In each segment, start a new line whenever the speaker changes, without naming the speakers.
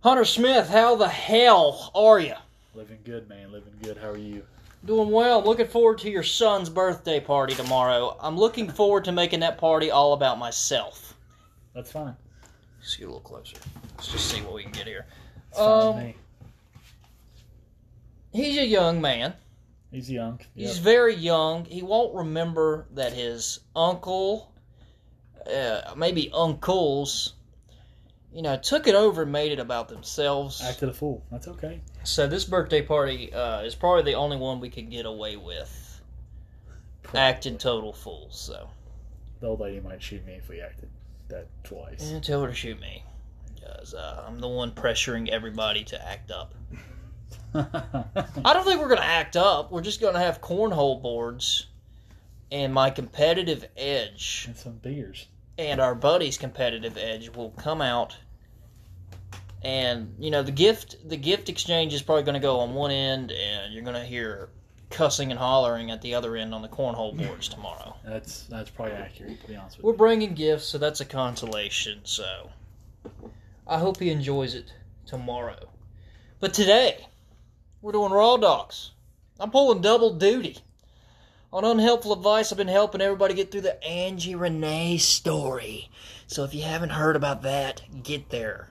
Hunter Smith, how the hell are you?
Living good, man. Living good. How are you?
Doing well. Looking forward to your son's birthday party tomorrow. I'm looking forward to making that party all about myself.
That's fine.
Let's get a little closer. Let's just see what we can get here.
It's fine with
Um,
me.
He's a young man.
He's young.
He's
Yep.
very young. He won't remember that his uncle, uh, maybe uncles, you know, took it over and made it about themselves.
Acted a fool. That's okay.
So this birthday party uh, is probably the only one we could get away with acting total fools. So
The old lady might shoot me if we acted that twice.
yeah, tell her to shoot me, because uh, I'm the one pressuring everybody to act up. I don't think we're gonna act up. We're just gonna have cornhole boards, and my competitive edge
and some beers.
and our buddy's competitive edge will come out. And you know the gift, the gift exchange is probably going to go on one end, and you're going to hear cussing and hollering at the other end on the cornhole boards tomorrow.
That's that's probably accurate. To be honest with
We're
you.
bringing gifts, so that's a consolation. So I hope he enjoys it tomorrow. But today, we're doing raw dogs. I'm pulling double duty. On Unhelpful Advice, I've been helping everybody get through the Angie Renee story. So if you haven't heard about that, get there.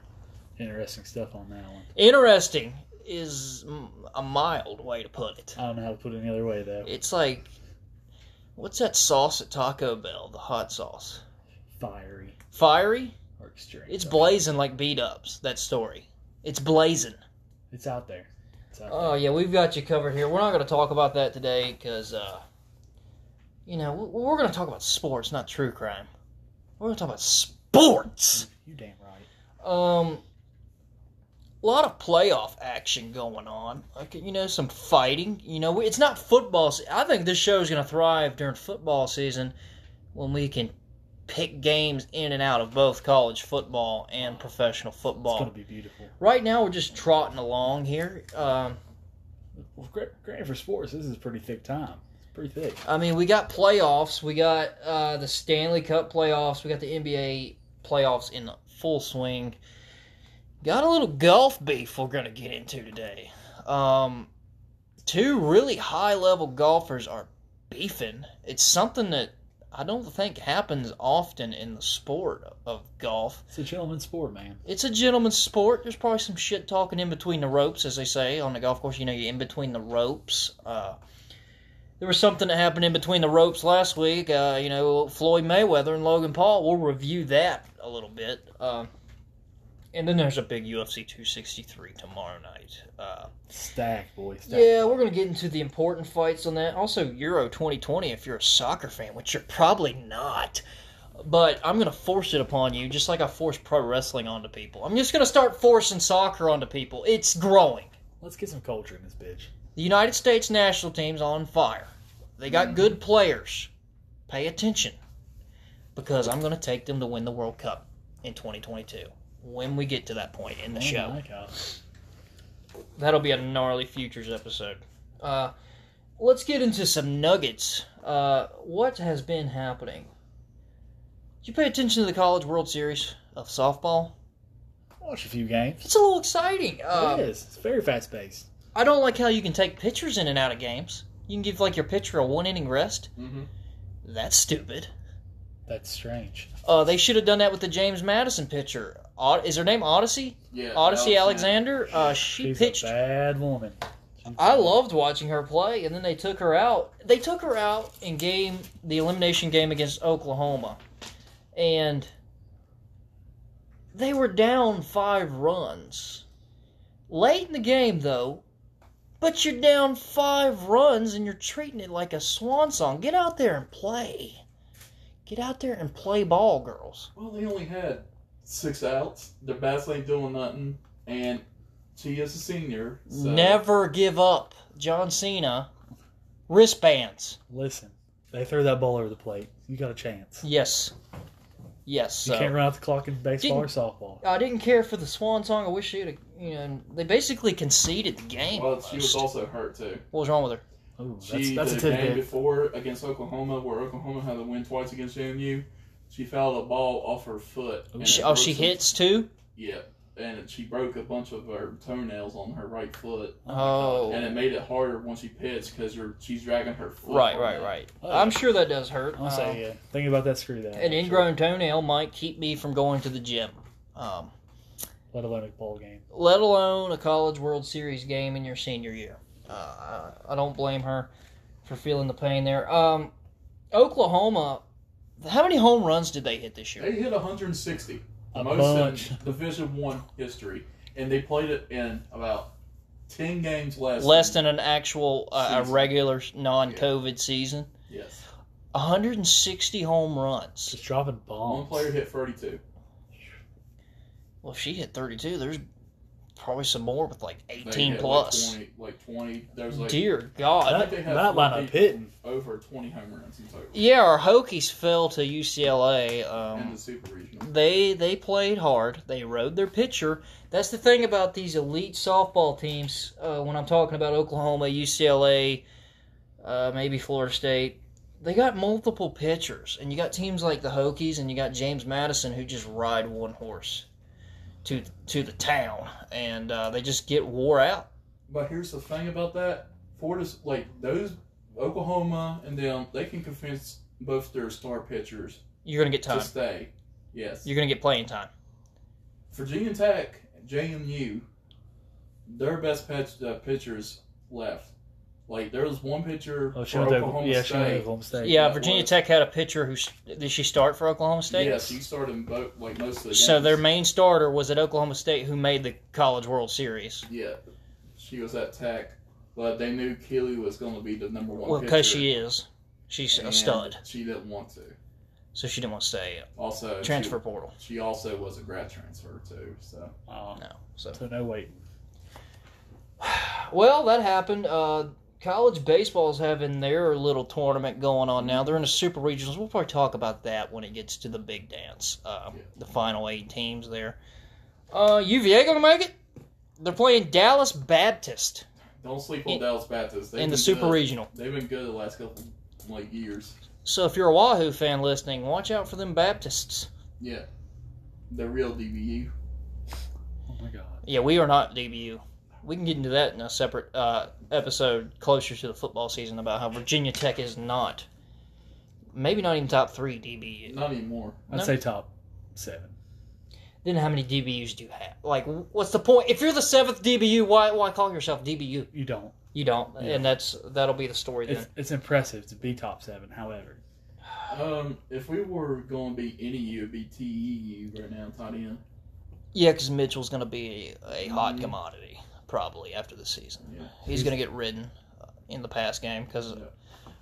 Interesting stuff on that one.
Interesting is mm, a mild way to put it.
I don't know how to put it any other way though.
It's like, what's that sauce at Taco Bell? The hot sauce.
Fiery
Fiery?
or extreme.
It's
but
blazing like beat ups, that story. It's blazing.
It's out there. It's out
Oh, yeah, we've got you covered here. We're not going to talk about that today because, uh, you know, we- we're going to talk about sports, not true crime. We're going to talk about sports.
there. You damn right.
Um, a lot of playoff action going on. Like, you know, some fighting. You know, it's not football. Se- I think this show is going to thrive during football season when we can pick games in and out of both college football and professional
It's
football.
gonna be beautiful.
Right now, we're just trotting along here. Um,
Well, great, great for sports. This is pretty thick time. It's pretty thick.
I mean, we got playoffs. We got uh, the Stanley Cup playoffs. We got the NBA playoffs in full swing. Got a little golf beef we're going to get into today. Um, two really high level golfers are beefing. It's something that I don't think happens often in the sport of golf.
It's a gentleman's sport, man.
It's a gentleman's sport. There's probably some shit talking in between the ropes, as they say on the golf course. You know, you're in between the ropes. Uh, there was something that happened in between the ropes last week. Uh, you know, Floyd Mayweather and Logan Paul. We'll review that a little bit. Uh, and then there's a big UFC 263 tomorrow night. Uh,
Stack, boy. Stack.
yeah, we're gonna get into the important fights on that. Also, Euro 2020 if you're a soccer fan, which you're probably not. But I'm gonna force it upon you, just like I force pro wrestling onto people. I'm just gonna start forcing soccer onto people. It's growing.
Let's get some culture in this bitch.
The United States national team's on fire. They got good players. Pay attention, because I'm gonna take them to win the World Cup in 2022 when we get to that point in the
Oh
show.
my God.
That'll be a gnarly futures episode. Uh, let's get into some nuggets. Uh, what has been happening? Did you pay attention to the College World Series of softball?
Watch a few games.
It's a little exciting. Um,
it is. It's very fast paced.
I don't like how you can take pitchers in and out of games. You can give like your pitcher a one inning rest.
Mm-hmm.
That's stupid.
That's strange.
Uh, they should have done that with the James Madison pitcher. Od- is her name Odyssey?
Yeah.
Odyssey Alexander. Uh, she
She's
pitched
a bad woman.
I loved watching her play, and then they took her out. They took her out in game the elimination game against Oklahoma, and they were down five runs late in the game, though. But you're down five runs, and you're treating it like a swan song. Get out there and play. Get out there and play ball, girls.
Well, they only had six outs. Their bats ain't doing nothing, and she is a senior. So
Never give up, John Cena. Wristbands.
Listen, they threw that ball over the plate. You got a chance.
Yes. Yes. So.
You can't run out the clock in baseball or softball.
I didn't care for the swan song. I wish she'd, you know, and they basically conceded the game.
Well, she was
almost.
also hurt too.
what was wrong with her?
Ooh, that's,
She
that's a
the game
tidbit.
before against Oklahoma, where Oklahoma had to win twice against JMU. She fouled a ball off her foot. and
Ooh.
it
She, oh,
broke
she
some-
hits too.
Yeah, and she broke a bunch of her toenails on her right foot,
Oh,
and it made it harder when she pitched because she's dragging her foot.
right,
on
right,
it.
right.
Oh,
I'm
yeah.
sure that does hurt.
I'll say,
Um,
yeah. Thinking about that, screw that.
An ingrown toenail might keep me from going to the gym. Um,
Let alone a ball game.
let alone a college World Series game in your senior year. Uh, I I don't blame her for feeling the pain there. Um, Oklahoma, how many home runs did they hit this year?
They hit 160, the
A
most
bunch.
in Division One history, and they played it in about 10 games less.
Less than an actual, uh, a
Season.
regular non-COVID season.
yes.
160 home runs.
Just dropping bombs.
One player hit 32.
Well, if she hit 32, there's probably some more with like
They
18
hit
plus.
Like 20, like 20. There's like
Dear God.
I
That,
think they have
that lineup
forty.
hitting.
over 20 home runs in total
Yeah, our Hokies fell to UCLA.
in
Um,
the Super Regional.
they they played hard. They rode their pitcher. That's the thing about these elite softball teams. Uh, when I'm talking about Oklahoma, UCLA, uh, maybe Florida State, they got multiple pitchers, and you got teams like the Hokies, and you got James Madison who just ride one horse to to the town, and uh, they just get wore out.
But here's the thing about that: Florida's like those Oklahoma and them. They can convince both their star pitchers
You're gonna get time.
to stay. Yes,
You're gonna get playing time.
Virginia Tech, JMU, their best pitch, uh, pitchers left. Like there was one pitcher
Oh, she
for
went to
Oklahoma
yeah, she went to
State.
Oklahoma State.
Yeah,
that
Virginia
was-
Tech had a pitcher who s- did she start for Oklahoma State?
Yes, he started in both, like most of the games.
So their main starter was at Oklahoma State, who made the College World Series.
yeah, she was at Tech, but they knew Keely was going to be the number one.
Well,
pitcher,
because she is, she's a
and
stud,
She didn't want to.
so she didn't want to stay.
Also, she-
Transfer portal.
She also was a grad transfer too, so
Oh,
No. So
so no wait.
well, that happened. Uh, college baseball's having their little tournament going on now. They're in the super regionals. We'll probably talk about that when it gets to the big dance. Uh,
Yeah.
The final eight teams there. Uh, UVA gonna make it. They're playing Dallas Baptist.
don't sleep on
In-
Dallas Baptist. They've
in the
been
Super
good.
Regional.
They've been good the last couple like years.
So if you're a Wahoo fan listening, watch out for them Baptists.
Yeah, they're real DBU.
Oh my god.
Yeah, we are not DBU. We can get into that in a separate uh, episode closer to the football season about how Virginia Tech is not, maybe not even top three DBU.
Not anymore.
I'd
No.
say top seven.
Then how many DBUs do you have? Like, what's the point? If you're the seventh DBU, why why call yourself DBU?
You don't.
You don't,
Yeah.
and that's that'll be the story then.
It's, it's impressive to be top seven. However,
Um, if we were going to be any U, it'd be TEU right now, tight end.
Yeah, because Mitchell's going to be a, a hot
Mhm.
commodity probably after the season.
Yeah.
He's going to get ridden uh, in the pass game because
Yeah.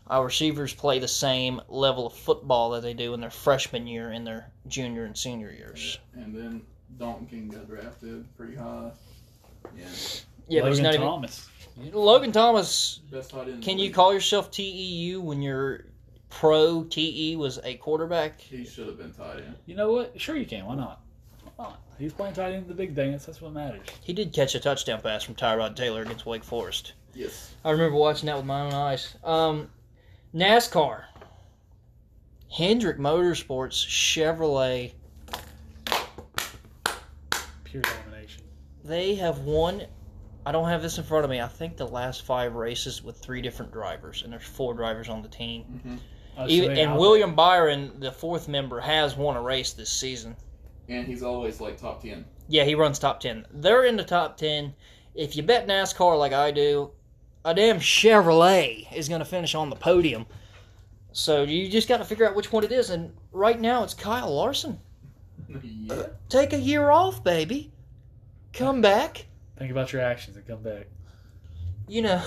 our receivers play the same level of football that they do in their freshman year and their junior and senior years.
And then Dalton King got drafted pretty high. Yeah,
Yeah, but he's
Logan
not
Thomas.
even Logan Thomas.
best tight end. in the
Can you
league.
call yourself TEU when your pro TE was a quarterback?
He should have been tight end.
You know what? Sure, you can. Why not? Why not? He's playing tight end in the big dance. That's what matters.
He did catch a touchdown pass from Tyrod Taylor against Wake Forest.
Yes.
I remember watching that with my own eyes. Um, NASCAR. Hendrick Motorsports Chevrolet.
Pure domination.
They have won. I don't have this in front of me. I think the last five races with three different drivers, and there's four drivers on the team.
hmm
Oh, so
Even,
they-
and
I'll-
William Byron, the fourth member, has won a race this season.
And he's always like top ten.
Yeah, he runs top ten. They're in the top ten. If you bet NASCAR like I do, a damn Chevrolet is going to finish on the podium. So you just got to figure out which one it is. And right now, it's Kyle Larson.
yeah.
Take a year off, baby. Come back.
Think about your actions and come back.
You know,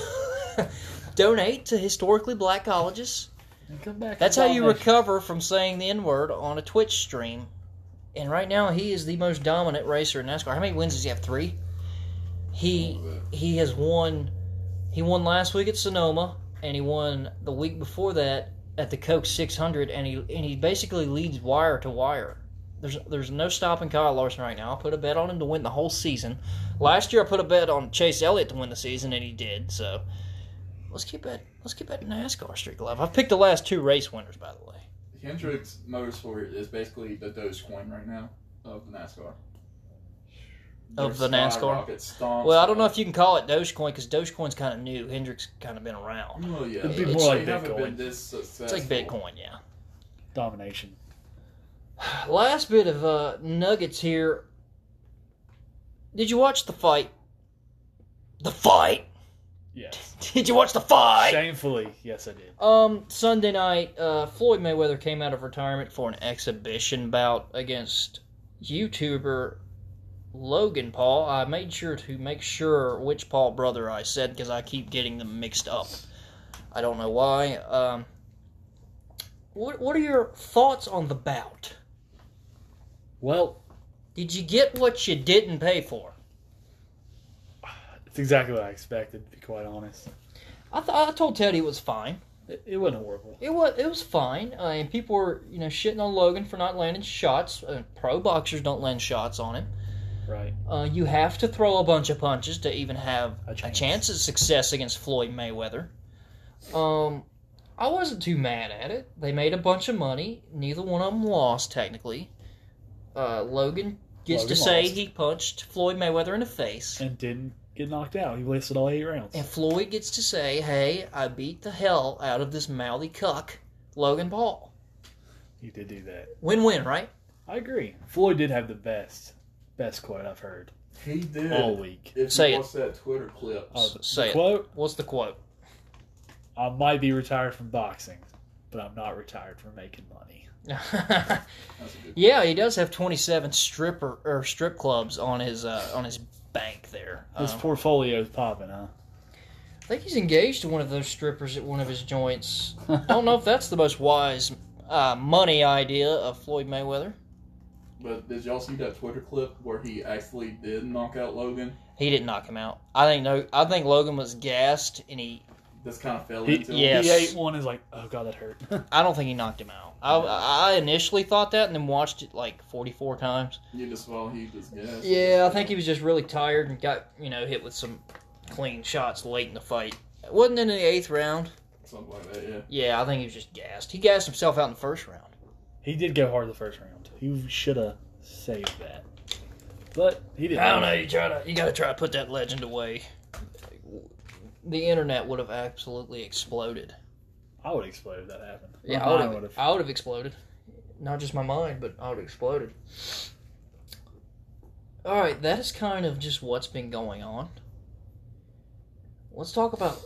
donate to historically black colleges.
And come back.
That's
and
how you
dominate.
recover from saying the N word on a Twitch stream. And right now, he is the most dominant racer in NASCAR. How many wins does he have? Three. He he has won. He won last week at Sonoma, and he won the week before that at the Coke 600, and he and he basically leads wire to wire. There's there's no stopping Kyle Larson right now. I put a bet on him to win the whole season. Last year I put a bet on Chase Elliott to win the season, and he did. So let's keep that let's keep that NASCAR streak alive. I've picked the last two race winners, by the way.
Hendricks Motorsport is basically the Dogecoin right now of NASCAR.
Of
Their
the NASCAR?
skyrocket stonks
Well, I don't know
up.
if you can call it Dogecoin because Dogecoin's kind of new. Hendrick's kind of been around.
Well, Oh, yeah,
It'd be
it's-
more
like
they haven't
Bitcoin.
been this
It's like
successful.
Bitcoin, yeah.
Domination.
Last bit of uh, nuggets here. Did you watch the fight? The fight.
Yes.
Did you watch the fight?
Shamefully, yes, I did.
Um, Sunday night, uh, Floyd Mayweather came out of retirement for an exhibition bout against YouTuber Logan Paul. I made sure to make sure which Paul brother I said because I keep getting them mixed up. I don't know why. Um, what what are your thoughts on the bout?
Well,
Did you get what you didn't pay for?
it's exactly what I expected. To be quite honest,
I th- I told Teddy it was fine.
it, it wasn't horrible.
It was it was fine, uh, and people were you know shitting on Logan for not landing shots. Uh, pro boxers don't land shots on him.
Right.
Uh, you have to throw a bunch of punches to even have
A
a chance,
chance.
at success against Floyd Mayweather. Um, I wasn't too mad at it. They made a bunch of money. Neither one of them lost technically. Uh, Logan gets to
Logan
say
lost.
he punched Floyd Mayweather in the face,
And didn't get knocked out. He wasted all eight rounds.
and Floyd gets to say, "Hey, I beat the hell out of this mouthy cuck, Logan Paul."
He did do that.
Win-win, right?
I agree. Floyd did have the best, best quote I've heard
He did.
all week.
If
Say it.
you watch that Twitter clip,
Oh, the
Say it.
quote:
What's the quote?
"I might be retired from boxing, but I'm not retired from making money."
that's a good.
Yeah, he does have 27 stripper or strip clubs on his uh, on his bank there.
His
Um,
portfolio's popping, huh?
I think he's engaged to one of those strippers at one of his joints. I don't know if that's the most wise uh, money idea of Floyd Mayweather.
But did y'all see that Twitter clip where he actually did knock out Logan?
He didn't knock him out. I think no. I think Logan was gassed, and he.
This kind of fell
He-
into
yeah.
him.
He
Yes.
ate one is like, oh god, that hurt.
I don't think he knocked him out. I, I initially thought that, and then watched it like 44 times.
You just well, he just guessed.
Yeah, I think he was just really tired and got you know hit with some clean shots late in the fight. Wasn't in the eighth round.
something like that. Yeah.
Yeah, I think he was just gassed. He gassed himself out in the first round.
he did go hard the first round. He should have saved that, but he didn't.
I don't know. You try to, you gotta try to put that legend away. The internet would have absolutely exploded.
I would explode if that happened.
Yeah,
My
I
mind
would have.
would've-
I would have exploded. Not just my mind, but I would have exploded. All right, that is kind of just what's been going on. Let's talk about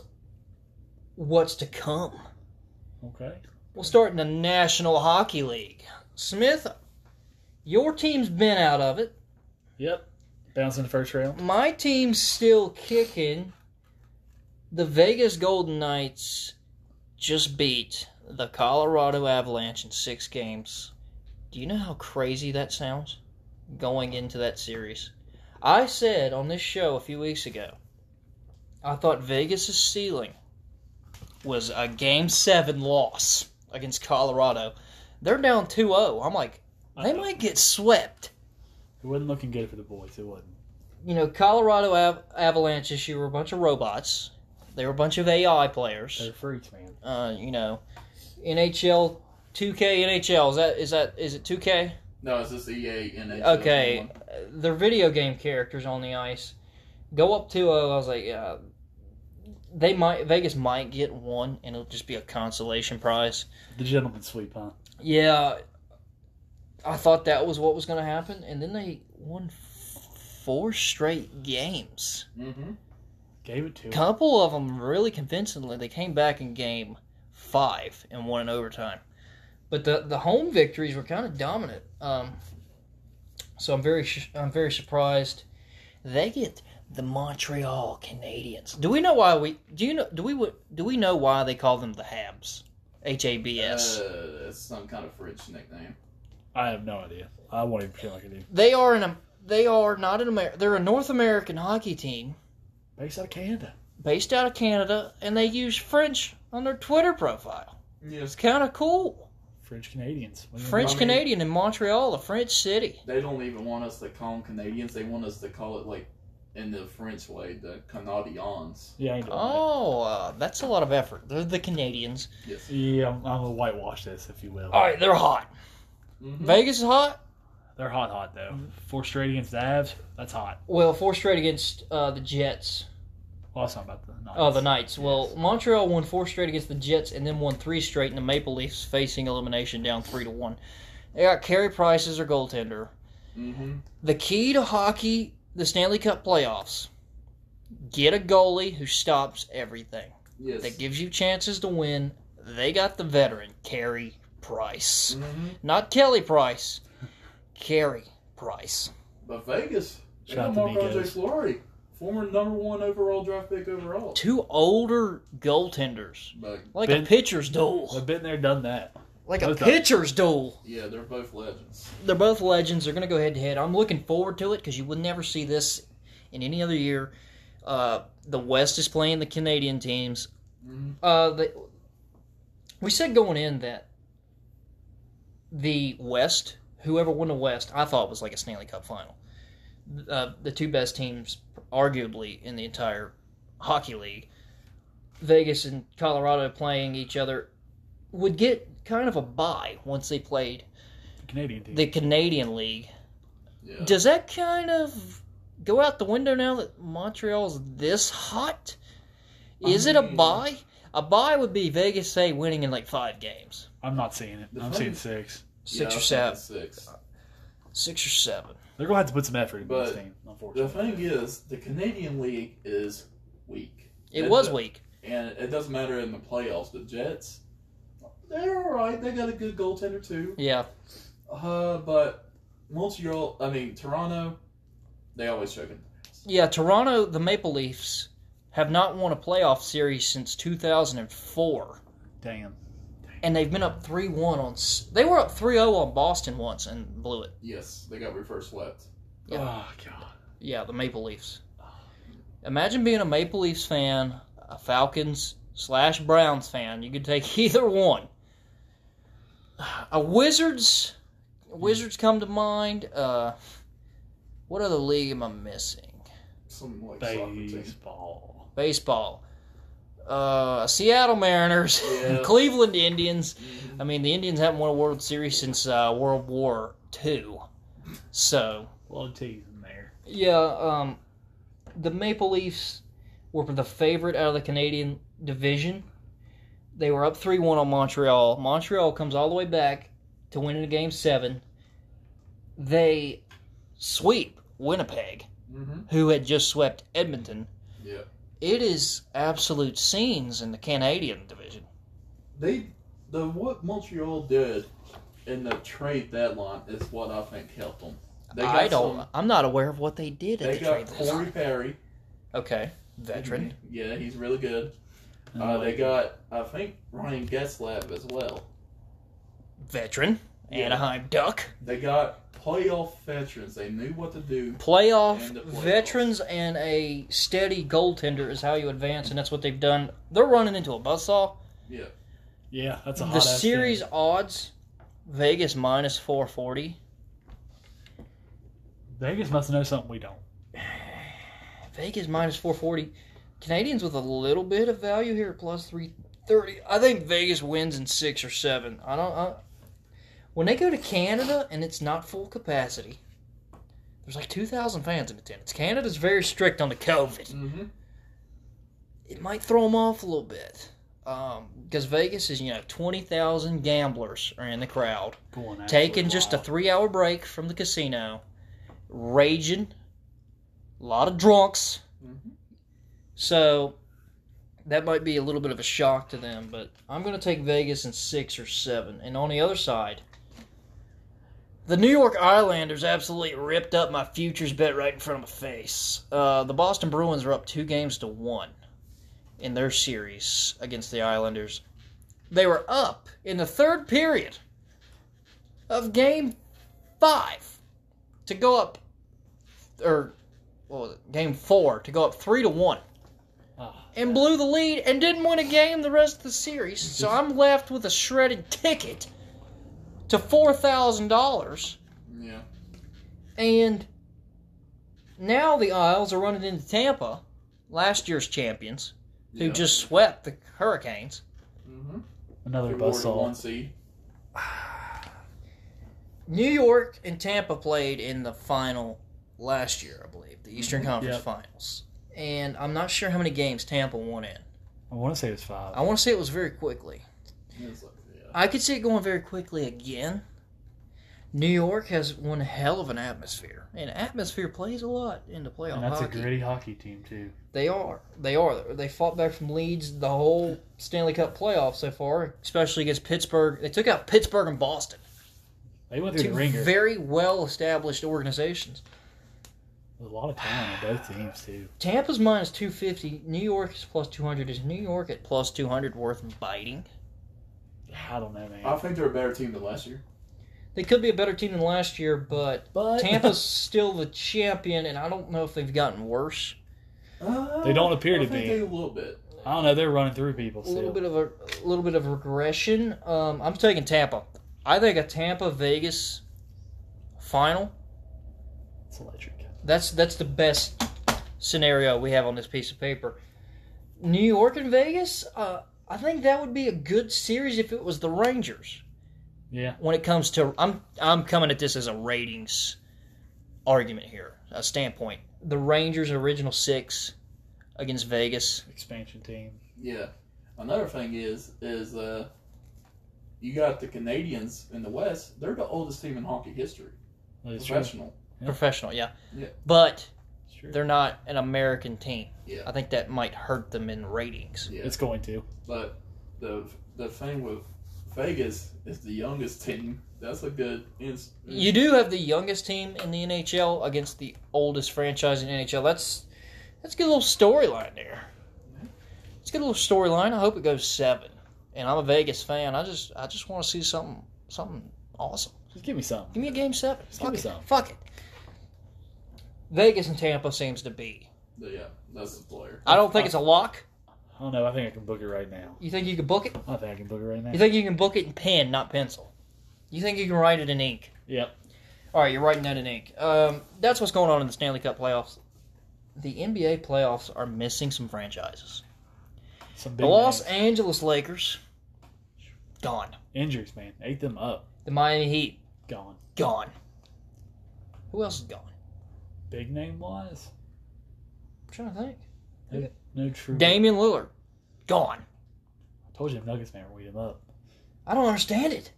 what's to come.
Okay.
We'll start in the National Hockey League. Smith, your team's been out of it.
Yep. Bouncing the first round.
my team's still kicking. The Vegas Golden Knights just beat the Colorado Avalanche in six games. Do you know how crazy that sounds? Going into that series. I said on this show a few weeks ago, I thought Vegas' ceiling was a game seven loss against Colorado. They're down 2 0. I'm like, they might get swept
It wasn't looking good for the boys. It wasn't.
you know, Colorado Av- Avalanche issue were a bunch of robots. They were a bunch of AI players.
They're freaks, man.
Uh, you know, NHL, 2K, NHL. Is that is that is it 2K?
No, it's just E EA and NHL
Okay,
one.
uh, they're video game characters on the ice. Go up 2-0. I was like, yeah, they might Vegas might get one, and it'll just be a consolation prize.
The gentleman sweep, huh?
Yeah, I thought that was what was going to happen, and then they won f- four straight games.
Mm-hmm.
Gave it to him.
couple of them really convincingly. They came back in game five and won in overtime. But the the home victories were kind of dominant. Um, so I'm very sh- I'm very surprised they get the Montreal Canadiens. Do we know why we do you know do we do we know why they call them the Habs? H A B S.
Uh, it's some kind of French nickname.
I have no idea. I won't even pretend like I do.
They are an Am- they are not an Amer- they're a North American hockey team
Based out of Canada.
based out of Canada and they use French on their Twitter profile. It's
Yes.
kind of cool.
French Canadians. What do you
French
I mean-
Canadian in Montreal, a French city.
They don't even want us to call them Canadians. They want us to call it like in the French way, the Canadians.
mean? Yeah, I ain't doing
Oh, uh, that's a lot of effort. They're the Canadians.
Yes.
that. Yeah, I'm, I'm gonna whitewash this, if you will.
All right, they're hot.
Mm-hmm.
Vegas is hot.
They're hot, hot though. Four straight against the Avs. That's hot.
Well, four straight against uh, the Jets.
Well, that's not about the Knights.
Oh, the Knights. Well,
Yes.
Montreal won four straight against the Jets and then won three straight in the Maple Leafs, facing elimination down three to one. They got Carey Price as their goaltender.
Mm-hmm.
The key to hockey, the Stanley Cup playoffs, get a goalie who stops everything.
Yes.
That gives you chances to win. They got the veteran, Carey Price.
hmm
Not Kelly Price, Carey Price.
But Vegas, they
Shout
got
out to
Marco
Migos.
J. Fleury, former number one overall draft pick overall.
Two older goaltenders.
But
Like
Ben-
a pitcher's duel.
I've been there, done that.
Like a
both of them.
pitcher's duel.
yeah, they're both legends.
They're both legends. They're going to go head to head. I'm looking forward to it because you would never see this in any other year. Uh, the West is playing the Canadian teams.
Mhm.
Uh, the, we said going in that the West, whoever won the West, I thought was like a Stanley Cup final. Uh, the two best teams, arguably, in the entire hockey league, Vegas and Colorado playing each other, would get kind of a bye once they played
The Canadian team.
the Canadian League.
Yeah.
Does that kind of go out the window now that Montreal's this hot? Is it a
Mm.
buy? A buy would be Vegas say winning in like five games,
I'm not seeing it.
The
I'm
funny-
seeing six.
Yeah, I
six or
think
seven,
it's Six.
six or seven.
They're gonna have to put some effort into this
But
team,
The
unfortunately.
thing is, the Canadian League is weak.
It
And
was
the-
weak.
and it doesn't matter in the playoffs. The Jets, they're all right. They got a good goaltender too.
Yeah,
Uh, but Montreal, I mean Toronto, they always choking.
yeah. Toronto, the Maple Leafs have not won a playoff series since 2004,
Damn.
and they've been up three one on. s- They were up 3-0 on Boston once and blew it.
Yes, they got reverse swept.
Yeah.
Oh god.
Yeah, the Maple Leafs. Imagine being a Maple Leafs fan, a Falcons slash Browns fan. You could take either one. A Wizards, Wizards come to mind. Uh, what other league am I missing?
Something like soccer team.
Baseball.
Baseball. Uh, Seattle Mariners,
Yeah.
Cleveland Indians.
Mhm.
I mean, the Indians haven't won a World Series since uh, World War II. So,
A little tease in there.
Yeah, um, the Maple Leafs were the favorite out of the Canadian division. They were up 3 1 on Montreal. Montreal comes all the way back to win in game seven. They sweep Winnipeg,
Mhm.
who had just swept Edmonton.
Yeah.
It is absolute scenes in the Canadian division.
They, the what Montreal did in the trade deadline is what I think helped them. They got
I don't.
some-
I'm not aware of what they did at
they
the
got
trade
Corey
deadline.
Perry,
Okay, veteran.
Yeah, he's really good.
Oh
Uh, they got, I think, Ryan Getzlaff as well.
Veteran.
Mm-hmm. Yeah.
Anaheim Duck.
They got playoff veterans. They knew what to do.
playoff,
And the playoffs.
veterans and a steady goaltender is how you advance, and that's what they've done. They're running into a buzzsaw.
Yeah.
Yeah, that's a hot
The
ass
series
team.
odds Vegas minus 440.
Vegas must know something we don't.
Vegas minus 440. Canadians with a little bit of value here, plus 330. I think Vegas wins in six or seven. I don't. I, when they go to Canada and it's not full capacity, there's like 2,000 fans in attendance. Canada's very strict on the COVID.
Mm-hmm.
it might throw them off a little bit because Vegas is you know twenty thousand gamblers are in the crowd,
Going absolutely
taking just a
wild.
three-hour break from the casino, raging, a lot of drunks.
Mm-hmm.
So that might be a little bit of a shock to them, but I'm going to take Vegas in six or seven. And on the other side, the New York Islanders absolutely ripped up my futures bet right in front of my face. Uh, the Boston Bruins are up two games to one in their series against the Islanders. They were up in the third period of game five to go up, or what was it, game four to go up three to one
Ah,
and blew the lead and didn't win a game the rest of the series. So I'm left with a shredded ticket to four thousand dollars,
Yeah.
and now the Isles are running into Tampa, last year's champions, who
yeah.
just swept the Hurricanes.
mm-hmm.
another
They were the
bustle.
one seed.
New York and Tampa played in the final last year, I believe, the Eastern Conference
Yep.
Finals. And I'm not sure how many games Tampa won in.
I want to say it's five.
I want to say it was very quickly.
It's like, yeah.
I could see it going very quickly again. New York has one hell of an atmosphere, and atmosphere plays a lot in the playoff
and that's
hockey.
a gritty hockey team too.
They are. They are. They fought back from Leeds the whole Stanley Cup playoff so far, especially against Pittsburgh. They took out Pittsburgh and Boston,
They went through
two
the ringer.
very well-established organizations.
There's a lot of talent on both teams too.
Tampa's minus 250. New York is plus 200. Is New York at plus 200 worth biting?
I don't know, man.
I think they're a better team than last year.
They could be a better team than last year, but
But
Tampa's still the champion, and I don't know if they've gotten worse.
Uh,
They don't appear
I
to
think
be.
They a little bit.
I don't know. They're running through people
A little
still.
bit of a, a little bit of regression. Um, I'm taking Tampa. I think a Tampa Vegas final.
It's electric.
That's that's the best scenario we have on this piece of paper. New York and Vegas. Uh, I think that would be a good series if it was the Rangers.
Yeah.
when it comes to I'm I'm coming at this as a ratings argument here, a standpoint. The Rangers original six against Vegas.
Expansion team.
Yeah. Another thing is is uh, you got the Canadians in the West. They're the oldest team in hockey history.
That's true.
professional.
Yeah.
Professional, yeah.
Yeah.
But
It's true.
they're not an American team.
Yeah.
I think that might hurt them in ratings.
Yeah.
It's going to.
But the the thing with Vegas is the youngest team. That's a good. Ins-
Mm-hmm.
You do have the youngest team in the NHL against the oldest franchise in NHL. That's that's a good little storyline there.
Mm-hmm.
It's a good little storyline. I hope it goes seven. And I'm a Vegas fan. I just I just want to see something something awesome.
Just give me something.
Give me a game seven.
Just give
Fuck
me
it.
some.
Fuck it. Vegas and Tampa seems to be.
yeah, that's the player.
I don't
Uh,
think it's a lock.
I don't know. I think I can book it right now.
You think you can book it?
I think I can book it right now.
You think you can book it in pen, not pencil? You think you can write it in ink?
Yep.
All right, you're writing that in ink. Um, that's what's going on in the Stanley Cup playoffs. The NBA playoffs are missing some franchises.
Some
The
big
Los
names.
Angeles Lakers, gone.
injuries, man. Ate them up.
The Miami Heat,
Gone.
gone. Who else is gone?
Big name wise,
I'm trying to think.
no true.
Damian Lillard, gone.
I told you, the Nuggets man, weed him up.
I don't understand it.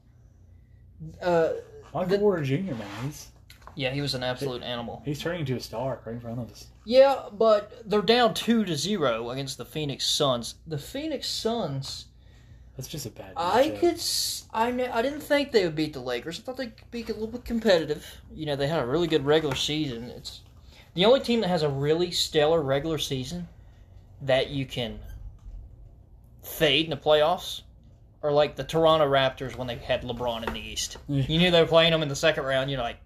Uh,
Michael Porter Jr. Man, he's
yeah, he was an absolute animal.
he's turning into a star right in front of us.
Yeah, but they're down two to zero against the Phoenix Suns. The Phoenix Suns,
That's just a bad.
I
matchup.
could, s- I, kn- I didn't think they would beat the Lakers. I thought they'd be a little bit competitive. You know, they had a really good regular season. It's the only team that has a really stellar regular season that you can fade in the playoffs. Or like the Toronto Raptors when they had LeBron in the East.
Yeah.
You knew they were playing them in the second round. You're like,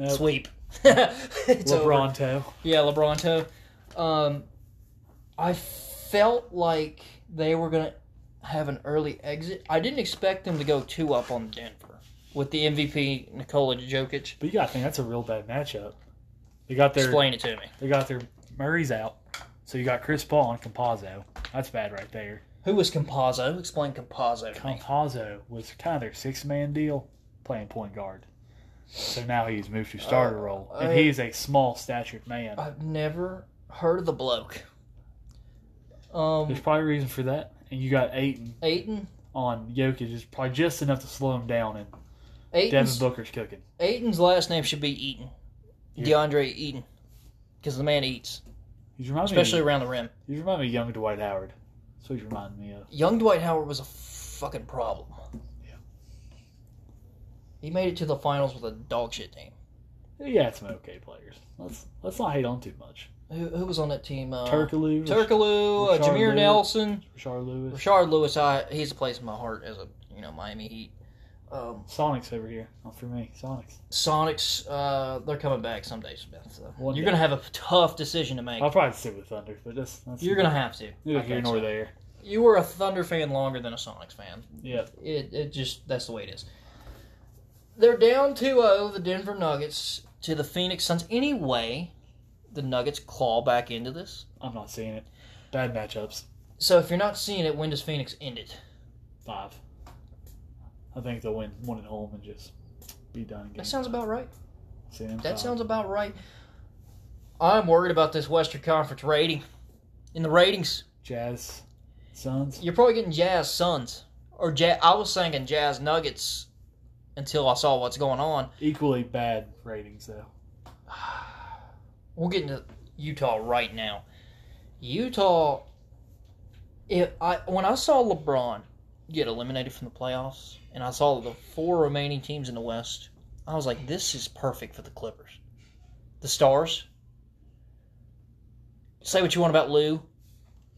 Nope.
sweep. it's
LeBron
over.
toe.
Yeah, LeBron too. Um, I felt like they were gonna have an early exit. I didn't expect them to go two up on Denver with the MVP Nikola Jokic.
But you got to think that's a real bad matchup. They got their
Explain it to me.
they got their Murray's out, so you got Chris Paul and Compazzo. That's bad right there.
Who was Compazzo? Explain Compazzo to me.
Compazzo was kind of their six man deal, playing point guard. So now he's moved to starter
Uh,
role,
I-
and he is a small statured man.
I've never heard of the bloke. Um,
There's probably a reason for that. And you got Aiton
Aiton.
on Jokic is probably just enough to slow him down, and Devin
Aiton's,
Booker's cooking.
Aiton's last name should be Eaton.
Yeah.
DeAndre Eaton. Because the man eats,
He's reminding
especially
me.
around the rim.
He's reminding me of young Dwight Howard. That's what he's reminding me of.
Young Dwight Howard was a fucking problem. He made it to the finals with a dog shit team.
Yeah, it's some okay players. Let's let's not hate on too much.
Who, who was on that team? Uh,
Turkaloo,
Turkaloo, uh,
Rashard
Jameer
Lewis.
Nelson,
Rashard Lewis,
Rashard Lewis. I he's a place in my heart as a you know Miami Heat. Um,
Sonics over here. Not for me, Sonics.
Sonics, uh, they're coming back someday, Smith. So
One
you're
day.
gonna have a tough decision to make.
I'll probably sit with Thunder, but that's, that's
You're gonna have to.
neither
I
here
think
nor
so.
there.
You were a Thunder fan longer than a Sonics fan.
Yeah,
It, it just that's the way it is. They're down 2-0 the Denver Nuggets to the Phoenix Suns. Anyway, the Nuggets claw back into this.
I'm not seeing it. Bad matchups.
So if you're not seeing it, when does Phoenix end it?
Five. I think they'll win one at home and just be done in game.
That sounds about right.
Sam
That
Cobb.
sounds about right. I'm worried about this Western Conference rating. In the ratings,
Jazz Suns.
you're probably getting Jazz Suns or Jazz. I was thinking Jazz Nuggets until I saw what's going on.
Equally bad ratings though.
We'll get into Utah right now. Utah. If I when I saw LeBron get eliminated from the playoffs, and I saw the four remaining teams in the West, I was like, "This is perfect for the Clippers." The Stars. Say what you want about Lou.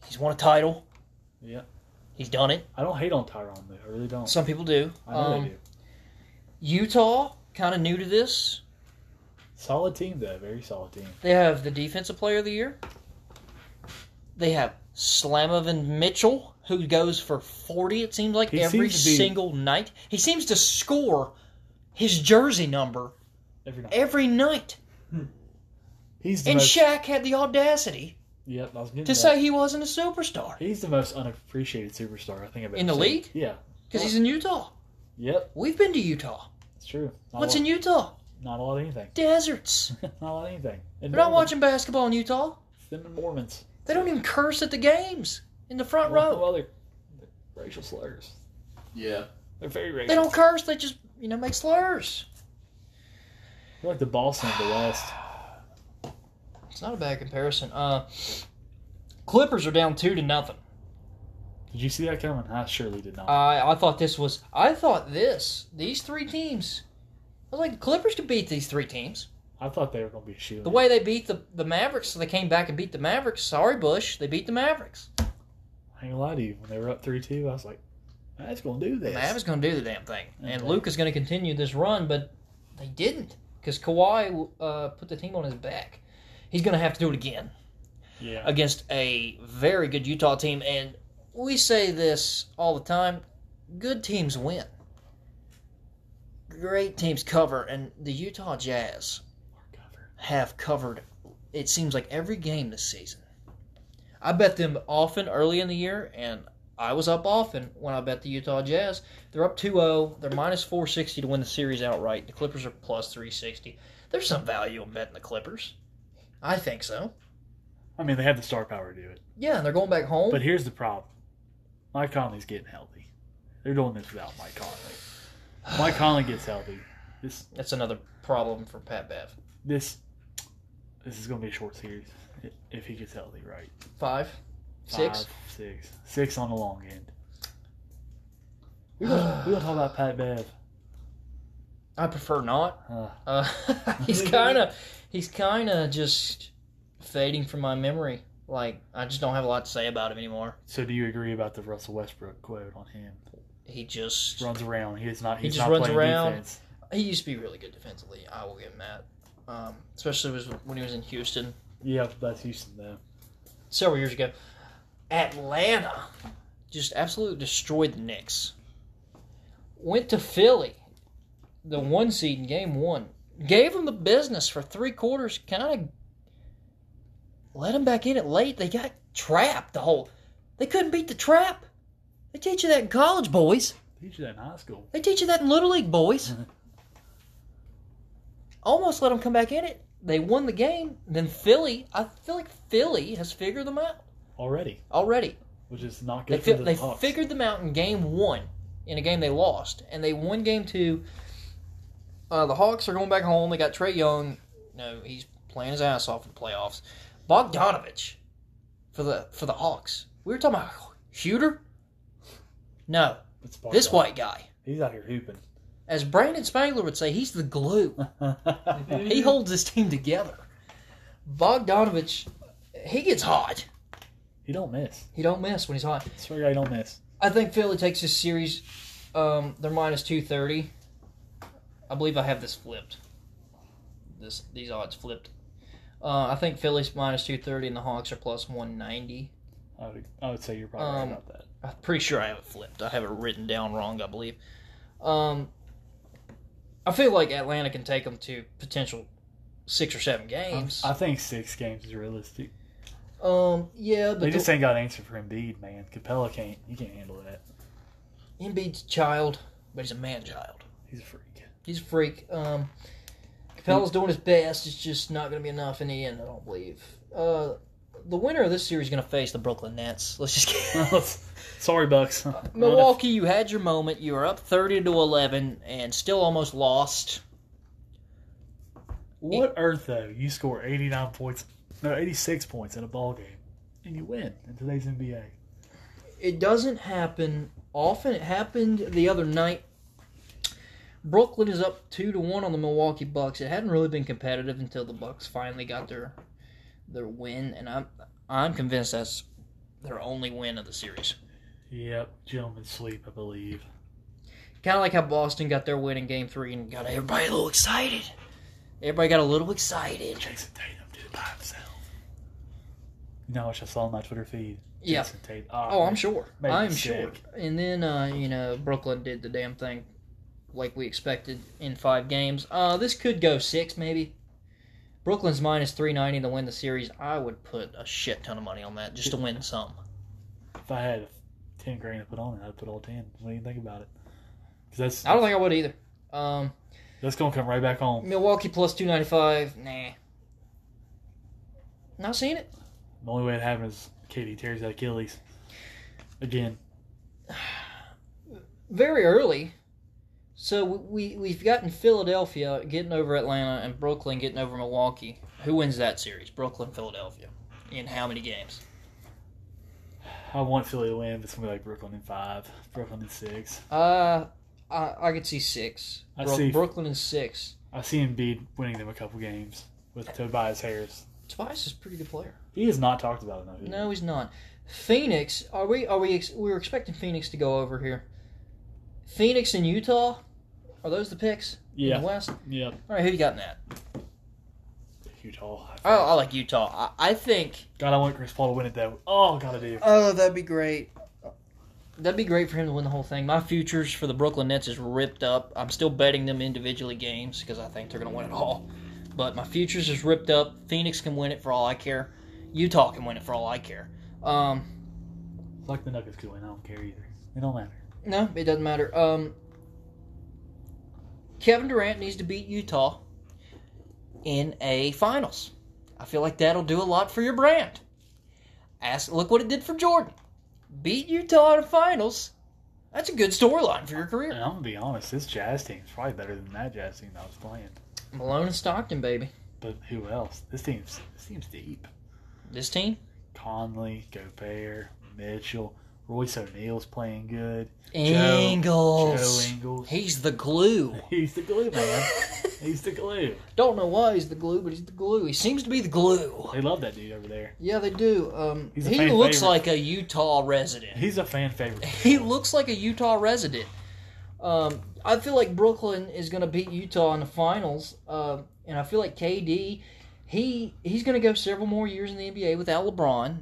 He's won a title.
Yeah.
He's done it.
I don't hate on Tyrone though. I really don't.
Some people do.
I know
Um,
they do.
Utah, kind of new to this.
Solid team though. Very solid team.
They have the defensive player of the year. They have Slamovin Mitchell, who goes for forty. It seems like
He
every
seems to be-
single night. He seems to score his jersey number
Every night.
every night.
He's the
And
most.
Shaq had the audacity
yep. I was getting
to
that.
say he wasn't a superstar
he's the most unappreciated superstar I think I've ever
In the
seen.
league?
Yeah.
because he's in Utah.
Yep.
We've been to Utah.
It's true. Not
What's
a
in
lot,
Utah?
Not a lot of anything.
Deserts.
not a lot of anything. And
They're not
Mormons.
watching basketball in Utah.
Them and Mormons.
They don't even curse at the games in the front row.
Well, they're, they're racial slurs.
Yeah.
They're very racial.
They don't curse. They just you know make slurs.
They're like the Boston of the West.
It's not a bad comparison. Uh, Clippers are down two to nothing.
Did you see that coming? I surely did not.
I I thought this was. I thought this. These three teams. I was like, the Clippers could beat these three teams.
I thought they were going to be shooting.
The way they beat the, the Mavericks, so they came back and beat the Mavericks. Sorry, Bush, they beat the Mavericks.
I ain't gonna lie to you. When they were up three two, I was like, "That's gonna do
The
this."
Mavericks going to do the damn thing, and
Okay.
Luke is going to continue this run, but they didn't because Kawhi uh, put the team on his back. He's going to have to do it again.
yeah,
against a very good Utah team. And we say this all the time good teams win, great teams cover. And the Utah Jazz
Cover.
have covered, it seems like, every game this season. I bet them often early in the year, and I was up often when I bet the Utah Jazz. They're up 2 0. They're minus 460 to win the series outright. The Clippers are plus 360. There's some value in betting the Clippers. I think so.
I mean, they had the star power to do it.
Yeah, and they're going back home.
But here's the problem: Mike Conley's getting healthy. They're doing this without Mike Conley. Mike Conley gets healthy. This
That's another problem for Pat Bev.
this this is gonna be a short series if he gets healthy, right?
Five, six.
Five, six, six on the long end. We're gonna, we're gonna talk about Pat Bev.
I prefer not.
Uh,
Uh, he's kind of, he's kind of just fading from my memory. Like I just don't have a lot to say about him anymore.
so, do you agree about the Russell Westbrook quote on him?
He just
Runs around. He's not.
He
He's
just
not
runs
playing
around.
defense.
he used to be really good defensively. I will give him that. Um, especially was when he was in Houston
Yeah, that's Houston though.
several years ago. Atlanta just absolutely destroyed the Knicks. Went to Philly, the one seed in game one. Gave them the business for three quarters. Kind of let them back in it late. They got trapped the whole. They couldn't beat the trap. They teach you that in college, boys.
Teach you that in high school.
They teach you that in Little League, boys. Almost let them come back in it. They won the game. Then Philly, I feel like Philly has figured them out
already,
already.
which is not
They,
good
fi-
for the
they
Hawks.
figured them out in game one, in a game they lost, and they won game two. Uh, the Hawks are going back home. They got Trey Young. No, he's playing his ass off in the playoffs. Bogdanovich for the for the Hawks. We were talking about Huter. No,
It's Bogdan.
this white guy,
He's out here hooping.
as Brandon Spangler would say, he's the glue. He holds this team together. Bogdanovich, he gets hot.
he don't miss.
He don't miss when he's hot.
Sorry, I don't miss.
I think Philly takes this series. Um, they're minus two thirty. I believe I have this flipped. This these odds flipped. Uh, I think Philly's minus two thirty and the Hawks are plus one ninety.
I would, I would say you're probably
Um,
right about that.
I'm pretty sure I have it flipped. I have it written down wrong. I believe. Um, I feel like Atlanta can take them to potential six or seven
I'm-
games.
I think six games is realistic.
um, yeah,
They
but
just
the,
ain't got an answer for Embiid, man. Capella can't. He can't handle that.
Embiid's a child, but he's a man child.
He's a freak.
He's a freak. Um, Capella's doing his best. It's just not going to be enough in the end, I don't believe. Uh, the winner of this series is going to face the Brooklyn Nets. Let's just get
Sorry, Bucks.
Milwaukee, you had your moment. You were up 30 to 11 and still almost lost.
What earth though? You score eighty nine points, no eighty six points in a ball game, and you win in today's NBA.
It doesn't happen often. It happened the other night. Brooklyn is up 2 to 1 on the Milwaukee Bucks. It hadn't really been competitive until the Bucks finally got their their win and I'm I'm convinced that's their only win of the series.
Yep, gentlemen sleep, I believe.
Kind of like how Boston got their win in Game Three and got everybody a little excited. Everybody got a little excited.
Jason Tatum did it by himself. You know, what I saw on my Twitter feed.
Yeah.
Jason Tatum. Ah,
Oh, I'm
man.
sure.
Made me
I'm
sick.
sure. And then uh, you know Brooklyn did the damn thing, like we expected in five games. Uh, this could go six maybe. Brooklyn's minus three ninety to win the series. I would put a shit ton of money on that just to win some.
If I had ten grand to put on it, I'd put all ten. What do you think about it? 'Cause that's
I don't think I would either. Um,
that's gonna come right back home.
Milwaukee plus two ninety five. Nah. Not seeing it.
The only way it happens is Katie tears that Achilles again.
very early. So we we've gotten Philadelphia getting over Atlanta and Brooklyn getting over Milwaukee. Who wins that series? Brooklyn, Philadelphia. In how many games?
I want Philly to win, but it's gonna be like Brooklyn in five, Brooklyn in six.
Uh, I I could see six.
I
Brook-
see.
Brooklyn in six.
I see Embiid winning them a couple games with Tobias Harris.
Tobias is a pretty good player.
He is not talked about enough. is he?
No, he's not. Phoenix. Are we are we ex- we were expecting Phoenix to go over here. Phoenix and Utah. Are those the picks?
Yeah.
In the West.
Yep.
All right, who you got in that?
Utah.
Oh, I like Utah. I, I think
God, I want Chris Paul to win it though. Oh, God, I do.
Oh, that'd be great. That'd be great for him to win the whole thing. My futures for the Brooklyn Nets is ripped up. I'm still betting them individually games because I think they're going to win it all. But my futures is ripped up. Phoenix can win it for all I care. Utah can win it for all I care. Um,
Like the Nuggets could win. I don't care either. It don't matter.
no, it doesn't matter. Um, Kevin Durant needs to beat Utah in a finals. I feel like that'll do a lot for your brand. Ask, look what it did for Jordan. Beat Utah in a finals. That's a good storyline for your
And
career.
I'm gonna be honest. This Jazz team's probably better than that Jazz team I was playing.
Malone and Stockton, baby.
But who else? This team's this team's deep.
This team
Conley, Gobert, Mitchell, Royce O'Neal's playing good.
Ingles.
Joe Ingles.
He's the glue.
He's the glue man. He's the glue.
Don't know why he's the glue, but he's the glue. He seems to be the glue.
They love that dude over there.
Yeah, they do. Um,
He's a
he
fan
looks
favorite.
like a Utah resident.
He's a fan favorite.
He looks like a Utah resident. Um, I feel like Brooklyn is going to beat Utah in the finals, Um and I feel like KD, he he's going to go several more years in the NBA without LeBron,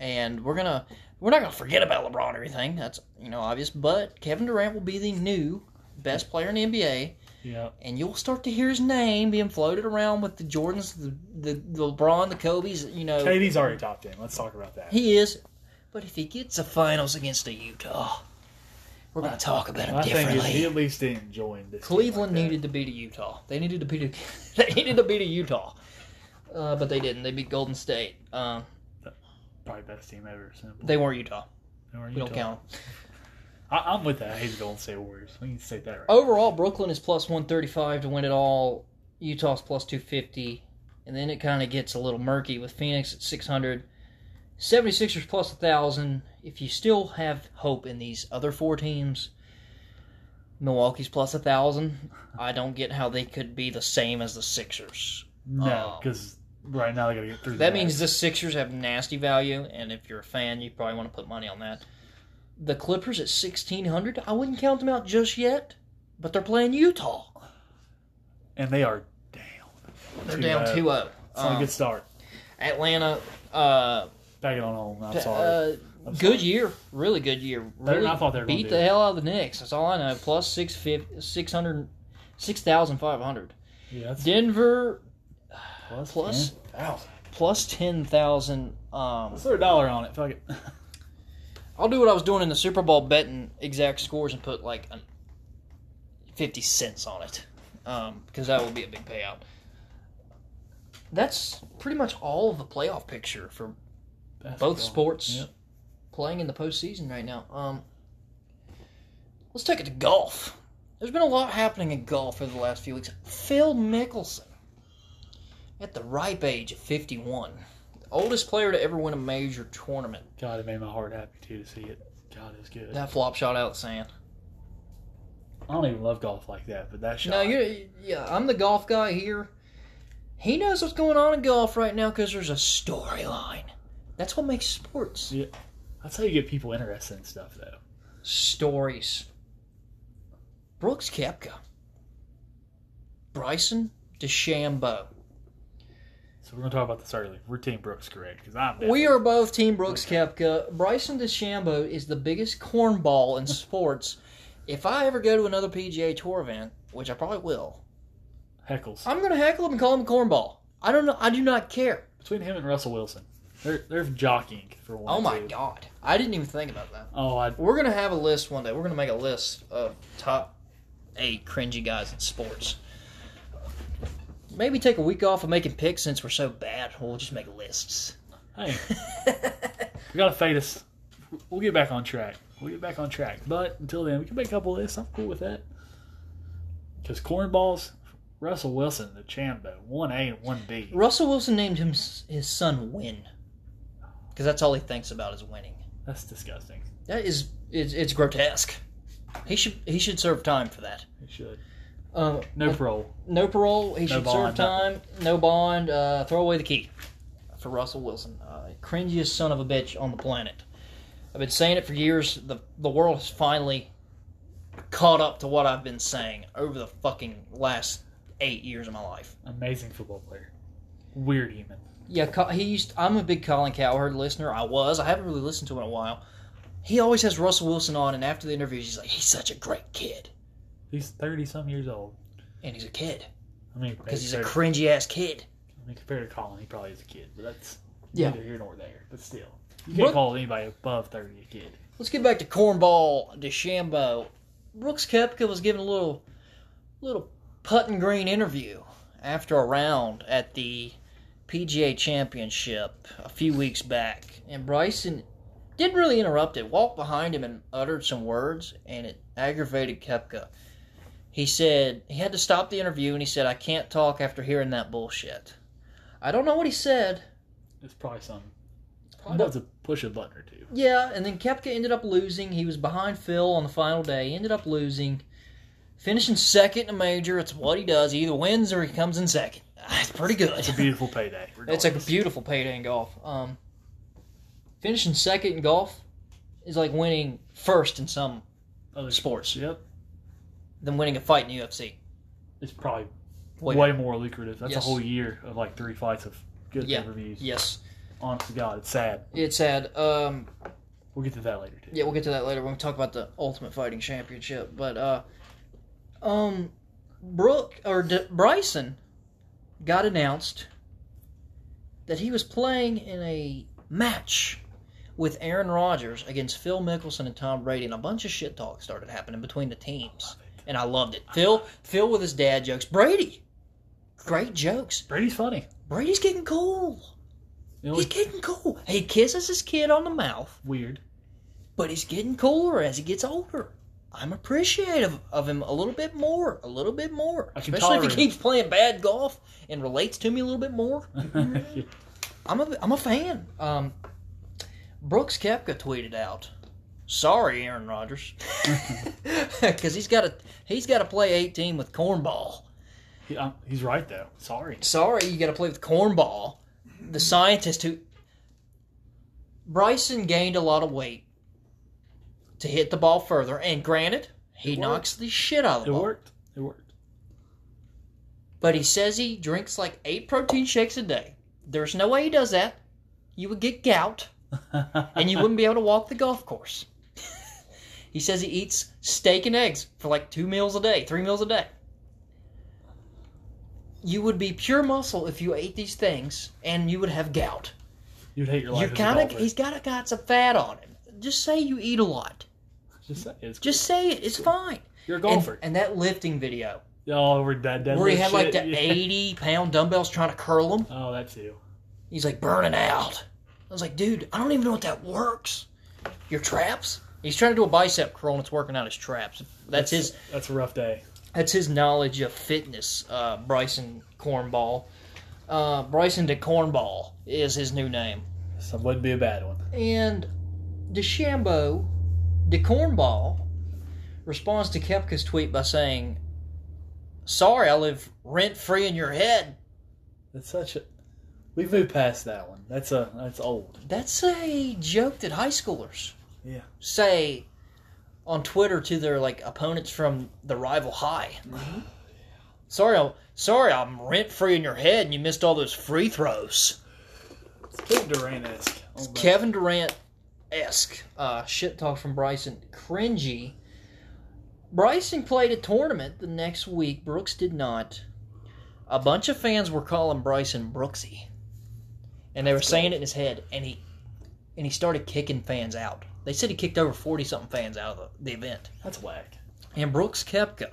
and we're gonna we're not going to forget about LeBron or anything. That's you know obvious, but Kevin Durant will be the new best player in the NBA,
Yeah.
and you'll start to hear his name being floated around with the Jordans, the the, the LeBron, the Kobe's. You know
KD's already top ten. Let's talk about that.
he is, but if he gets the finals against the Utah, we're going to talk about him
My thing is, he
differently.
at least didn't join this. team
Cleveland
like that.
needed to beat a Utah. They needed to beat a, they needed to beat a Utah, uh, but they didn't. They beat Golden State. Um,
probably best team ever. Simple.
they were Utah.
Who are
We
you
don't
talking-
count. 'em.
I, I'm with that. I hate the Golden State Warriors. We can state that right.
Overall, Brooklyn is plus one thirty five to win it all. Utah's plus two fifty, and then it kind of gets a little murky with Phoenix at six hundred. 76ers plus 1,000. If you still have hope in these other four teams, Milwaukee's plus 1,000. I don't get how they could be the same as the Sixers.
No,
Oh.
because right now they got to get through.
That means the Sixers have nasty value, and if you're a fan, you probably want to put money on that. The Clippers at 1,600. I wouldn't count them out just yet, but they're playing Utah.
and they are down.
They're
Too
down uh,
bad.
2 0.
It's not a good start.
Atlanta, uh,
Back it on home. I'm
Pa-
sorry.
Uh,
I'm
good
sorry.
year, really good year.
than
Really
I thought they were gonna
beat
do.
the hell out of the Knicks. That's all I know. Plus six fifty, six hundred, six thousand five hundred.
yeah, that's
Denver
plus.
plus-
10,000.
plus ten thousand. Um,
Let's throw a dollar on it. Fuck it.
I'll do what I was doing in the Super Bowl, betting exact scores and put like an fifty cents on it, um, because that would be a big payout. That's pretty much all of the playoff picture for
Basketball.
both sports
Yep.
playing in the postseason right now. Um, let's take it to golf. There's been a lot happening in golf over the last few weeks. Phil Mickelson, at the ripe age of 51, the oldest player to ever win a major tournament.
God, it made my heart happy too to see it. God is good.
That flop shot out of the sand.
I don't even love golf like that, but that shot.
No, you yeah, I'm the golf guy here. He knows what's going on in golf right now because there's a storyline. That's what makes sports.
That's how you get people interested in stuff, though.
stories. Brooks Kepka. Bryson DeChambeau.
So we're gonna talk about this early. We're Team Brooks, correct? Because I'm.
We are both Team Brooks Kepka. Bryson DeChambeau is the biggest cornball in sports. If I ever go to another PGA Tour event, which I probably will,
heckles
I'm going to heckle him and call him a cornball. I don't know. I do not care.
between him and Russell Wilson. They're they're jockeying for one.
Oh my
two.
god, I didn't even think about that.
Oh, I
We're gonna have a list one day. We're gonna make a list of top eight cringy guys in sports. Maybe take a week off of making picks since we're so bad. We'll just make lists.
hey, we gotta fade us. We'll get back on track. We'll get back on track. But until then, we can make a couple lists. I'm cool with that. Because cornballs, Russell Wilson, the Chambo, one A and one B.
Russell Wilson named him his son Win, because that's all he thinks about is winning.
That's disgusting.
That is it's, it's grotesque. He should he should serve time for that.
They should
Um,
no parole.
no parole. He
No
should
bond,
serve time. No bond. Uh, throw away the key for Russell Wilson. Uh, cringiest son of a bitch on the planet. I've been saying it for years. The the world has finally caught up to what I've been saying over the fucking last eight years of my life.
Amazing football player. Weird human.
Yeah, Co- he used. I'm a big Colin Cowherd listener. I was. I haven't really listened to him in a while. He always has Russell Wilson on, and after the interviews, he's like, "He's such a great kid,"
He's thirty some years old.
and he's a kid
I mean,
because he's a
compared-
cringy ass kid.
I mean, compared to Colin, he probably is a kid, but that's
Yeah.
neither here nor there. But still, you can't
Brooke-
call anybody above thirty a kid.
Let's get back to cornball DeChambeau. Brooks Koepka was given a little, little putting green interview after a round at the PGA Championship a few weeks back, and Bryson didn't really interrupt it. Walked behind him and uttered some words, and it aggravated Koepka. He said he had to stop the interview, and he said, "I can't talk after hearing that bullshit." I don't know what he said.
It's probably some. Probably have to push a button or two.
Yeah, and then Kepka ended up losing. He was behind Phil on the final day. He ended up losing, finishing second in a major. It's what he does. He either wins or he comes in second. Ah, It's pretty good.
It's a beautiful payday.
It's a beautiful payday in golf. Um, finishing second in golf is like winning first in some,
other
sports.
Yep,
than winning a fight in the UFC.
it's probably
Wait,
way more lucrative. That's
Yes.
a whole year of like three fights of good
Yeah.
reviews.
Yes,
Honest to God, it's sad.
it's had. Um,
We'll get to that later too.
Yeah, we'll get to that later when we talk about the Ultimate Fighting Championship. But uh, um, Brooke or D- Bryson got announced that he was playing in a match with Aaron Rodgers against Phil Mickelson and Tom Brady, and a bunch of shit talk started happening between the teams, and I loved it. Phil, Phil with his dad jokes. Brady, great jokes.
Brady's funny.
Brady's getting cool.
It
He's
was
getting cool. He kisses his kid on the mouth
weird.
but he's getting cooler as he gets older. I'm appreciative of him a little bit more, a little bit more.
I can
Especially if he
tolerate
keeps playing bad golf and relates to me a little bit more.
Yeah.
I'm a, I'm a fan. Um, Brooks Kepka tweeted out, "Sorry, Aaron Rodgers, because he's got to he's got to play 18 with cornball.
He- um, he's right though. Sorry.
Sorry, you got to play with cornball. The scientist who Bryson gained a lot of weight to hit the ball further, and granted, he
It worked.
knocks the shit out of the
It
ball.
worked. It worked.
But he says he drinks like eight protein shakes a day. There's no way he does that. You would get gout, and you wouldn't be able to walk the golf course. he says he eats steak and eggs for like two meals a day, three meals a day. You would be pure muscle if you ate these things, and you would have gout.
You'd hate your life.
You
as a
kind of
golfer.
he's got got some fat on him. Just say you eat a lot.
just say it. It's
Just say it. It's fine.
You're a
And-
golfer.
And, that lifting video
oh, we're dead, dead.
where he had
shit.
like the
Yeah.
80 pound dumbbells trying to curl him.
Oh, that's you.
He's like burning out. I was like, dude, I don't even know if that works. Your traps? He's trying to do a bicep curl and it's working out his traps. That's his
That's a rough day.
that's his knowledge of fitness, uh, Bryson Cornball. Uh, Bryson de Cornball is his new name.
So it wouldn't be a bad one.
And DeChambeau, de Cornball, responds to Kepka's tweet by saying, Sorry, I live rent free in your head.
That's such a. We've moved past that one. That's a. That's old.
That's a joke that high schoolers
Yeah.
say on Twitter to their like opponents from the rival high. Sorry, I'm, sorry, I'm rent free in your head, and you missed all those free throws.
It's Oh, Kevin Durant esque.
Kevin Durant esque uh, shit talk from Bryson. Cringy. Bryson played a tournament the next week. Brooks did not. A bunch of fans were calling Bryson Brooksy, and they were saying it in his head, and he and he started kicking fans out. They said he kicked over forty something fans out of the, the event.
That's whack.
And Brooks Kepka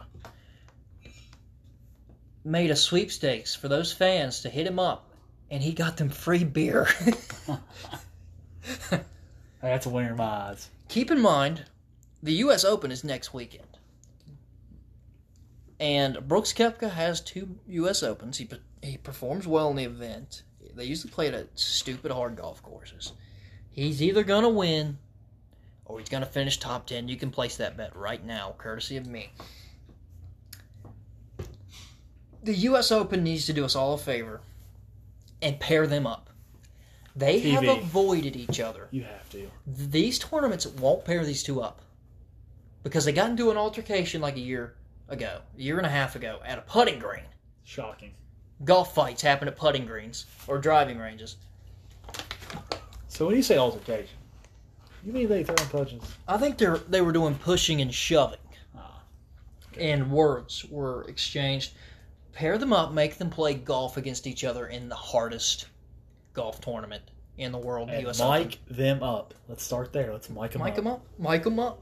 made a sweepstakes for those fans to hit him up, and he got them free beer.
Hey, That's a winner in my eyes.
keep in mind the US Open is next weekend. And Brooks Koepka has two US Opens. He pe- he performs well in the event. They usually play it at stupid hard golf courses. He's either going to win or he's going to finish top 10. You can place that bet right now courtesy of me. The US Open needs to do us all a favor and pair them up. They have
TV.
avoided each other
You have to.
these tournaments won't pair these two up because they got into an altercation like a year ago, a year and a half ago, at a putting green.
Shocking.
Golf fights happen at putting greens or driving ranges.
So when you say altercation, you mean they throwing punches?
I think they they were doing pushing and shoving,
Ah.
and words were exchanged. Pair them up, make them play golf against each other in the hardest golf tournament in the world.
And
US Open.
mic them up. Let's start there. Let's mic them
Mic
up.
them up. Mic them up.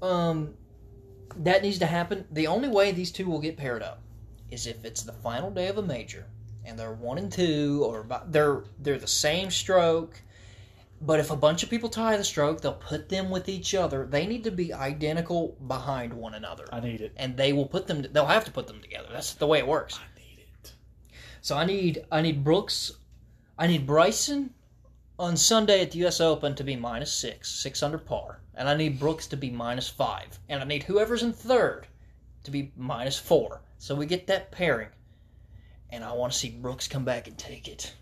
Um, that needs to happen. The only way these two will get paired up is if it's the final day of a major and they're one and two, or about, they're they're the same stroke. But if a bunch of people tie the stroke, they'll put them with each other. They need to be identical behind one another,
I need it.
and they will put them. They'll have to put them together. That's the way it works.
I need it.
So I need I need Brooks, I need Bryson on Sunday at the U.S. Open to be minus six, six under par, and I need Brooks to be minus five, and I need whoever's in third to be minus four. So we get that pairing, and I want to see Brooks come back and take it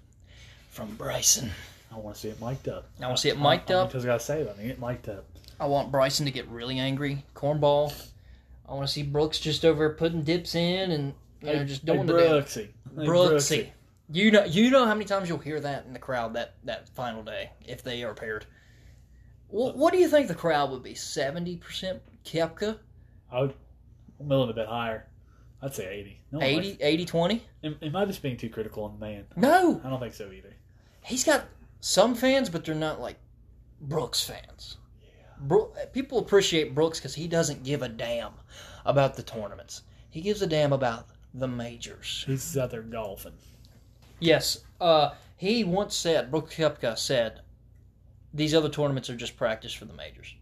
from Bryson.
I want to see it mic'd up.
I want to see it mic'd up.
Because I gotta say, I need it mic'd up.
I want Bryson to get really angry, cornball. I want to see Brooks just over putting dips in and you know just doing
hey,
the damn
Brooksy. Hey,
Brooksy. You know, you know how many times you'll hear that in the crowd that that final day if they are paired. What, what do you think the crowd would be? Seventy percent Kepka,
I would, I'm willing to bet higher. I'd say 80. No one
80, 80, 20?
likes- am, am I just being too critical on the man?
No,
I don't think so either.
he's got some fans, but they're not like Brooks fans. Bro- people appreciate Brooks because he doesn't give a damn about the tournaments. He gives a damn about the majors.
He's out there golfing.
Yes. Uh, he once said, Brooks Koepka said, these other tournaments are just practice for the majors.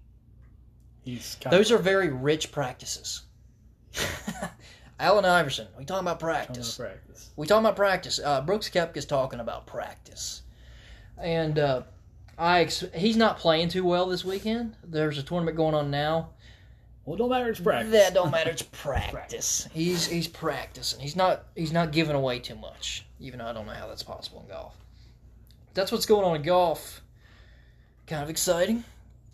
He's kind
Those
of
are very rich practices. Allen Iverson, we talking about
I'm gonna
practice.
practice.
We talking about practice. Uh, Brooks Koepka's talking about practice, and uh, I ex- he's not playing too well this weekend. There's a tournament going on now.
Well, it don't matter. It's practice.
That don't matter. It's practice. He's he's practicing. He's not he's not giving away too much. Even though I don't know how that's possible in golf. That's what's going on in golf. Kind of exciting.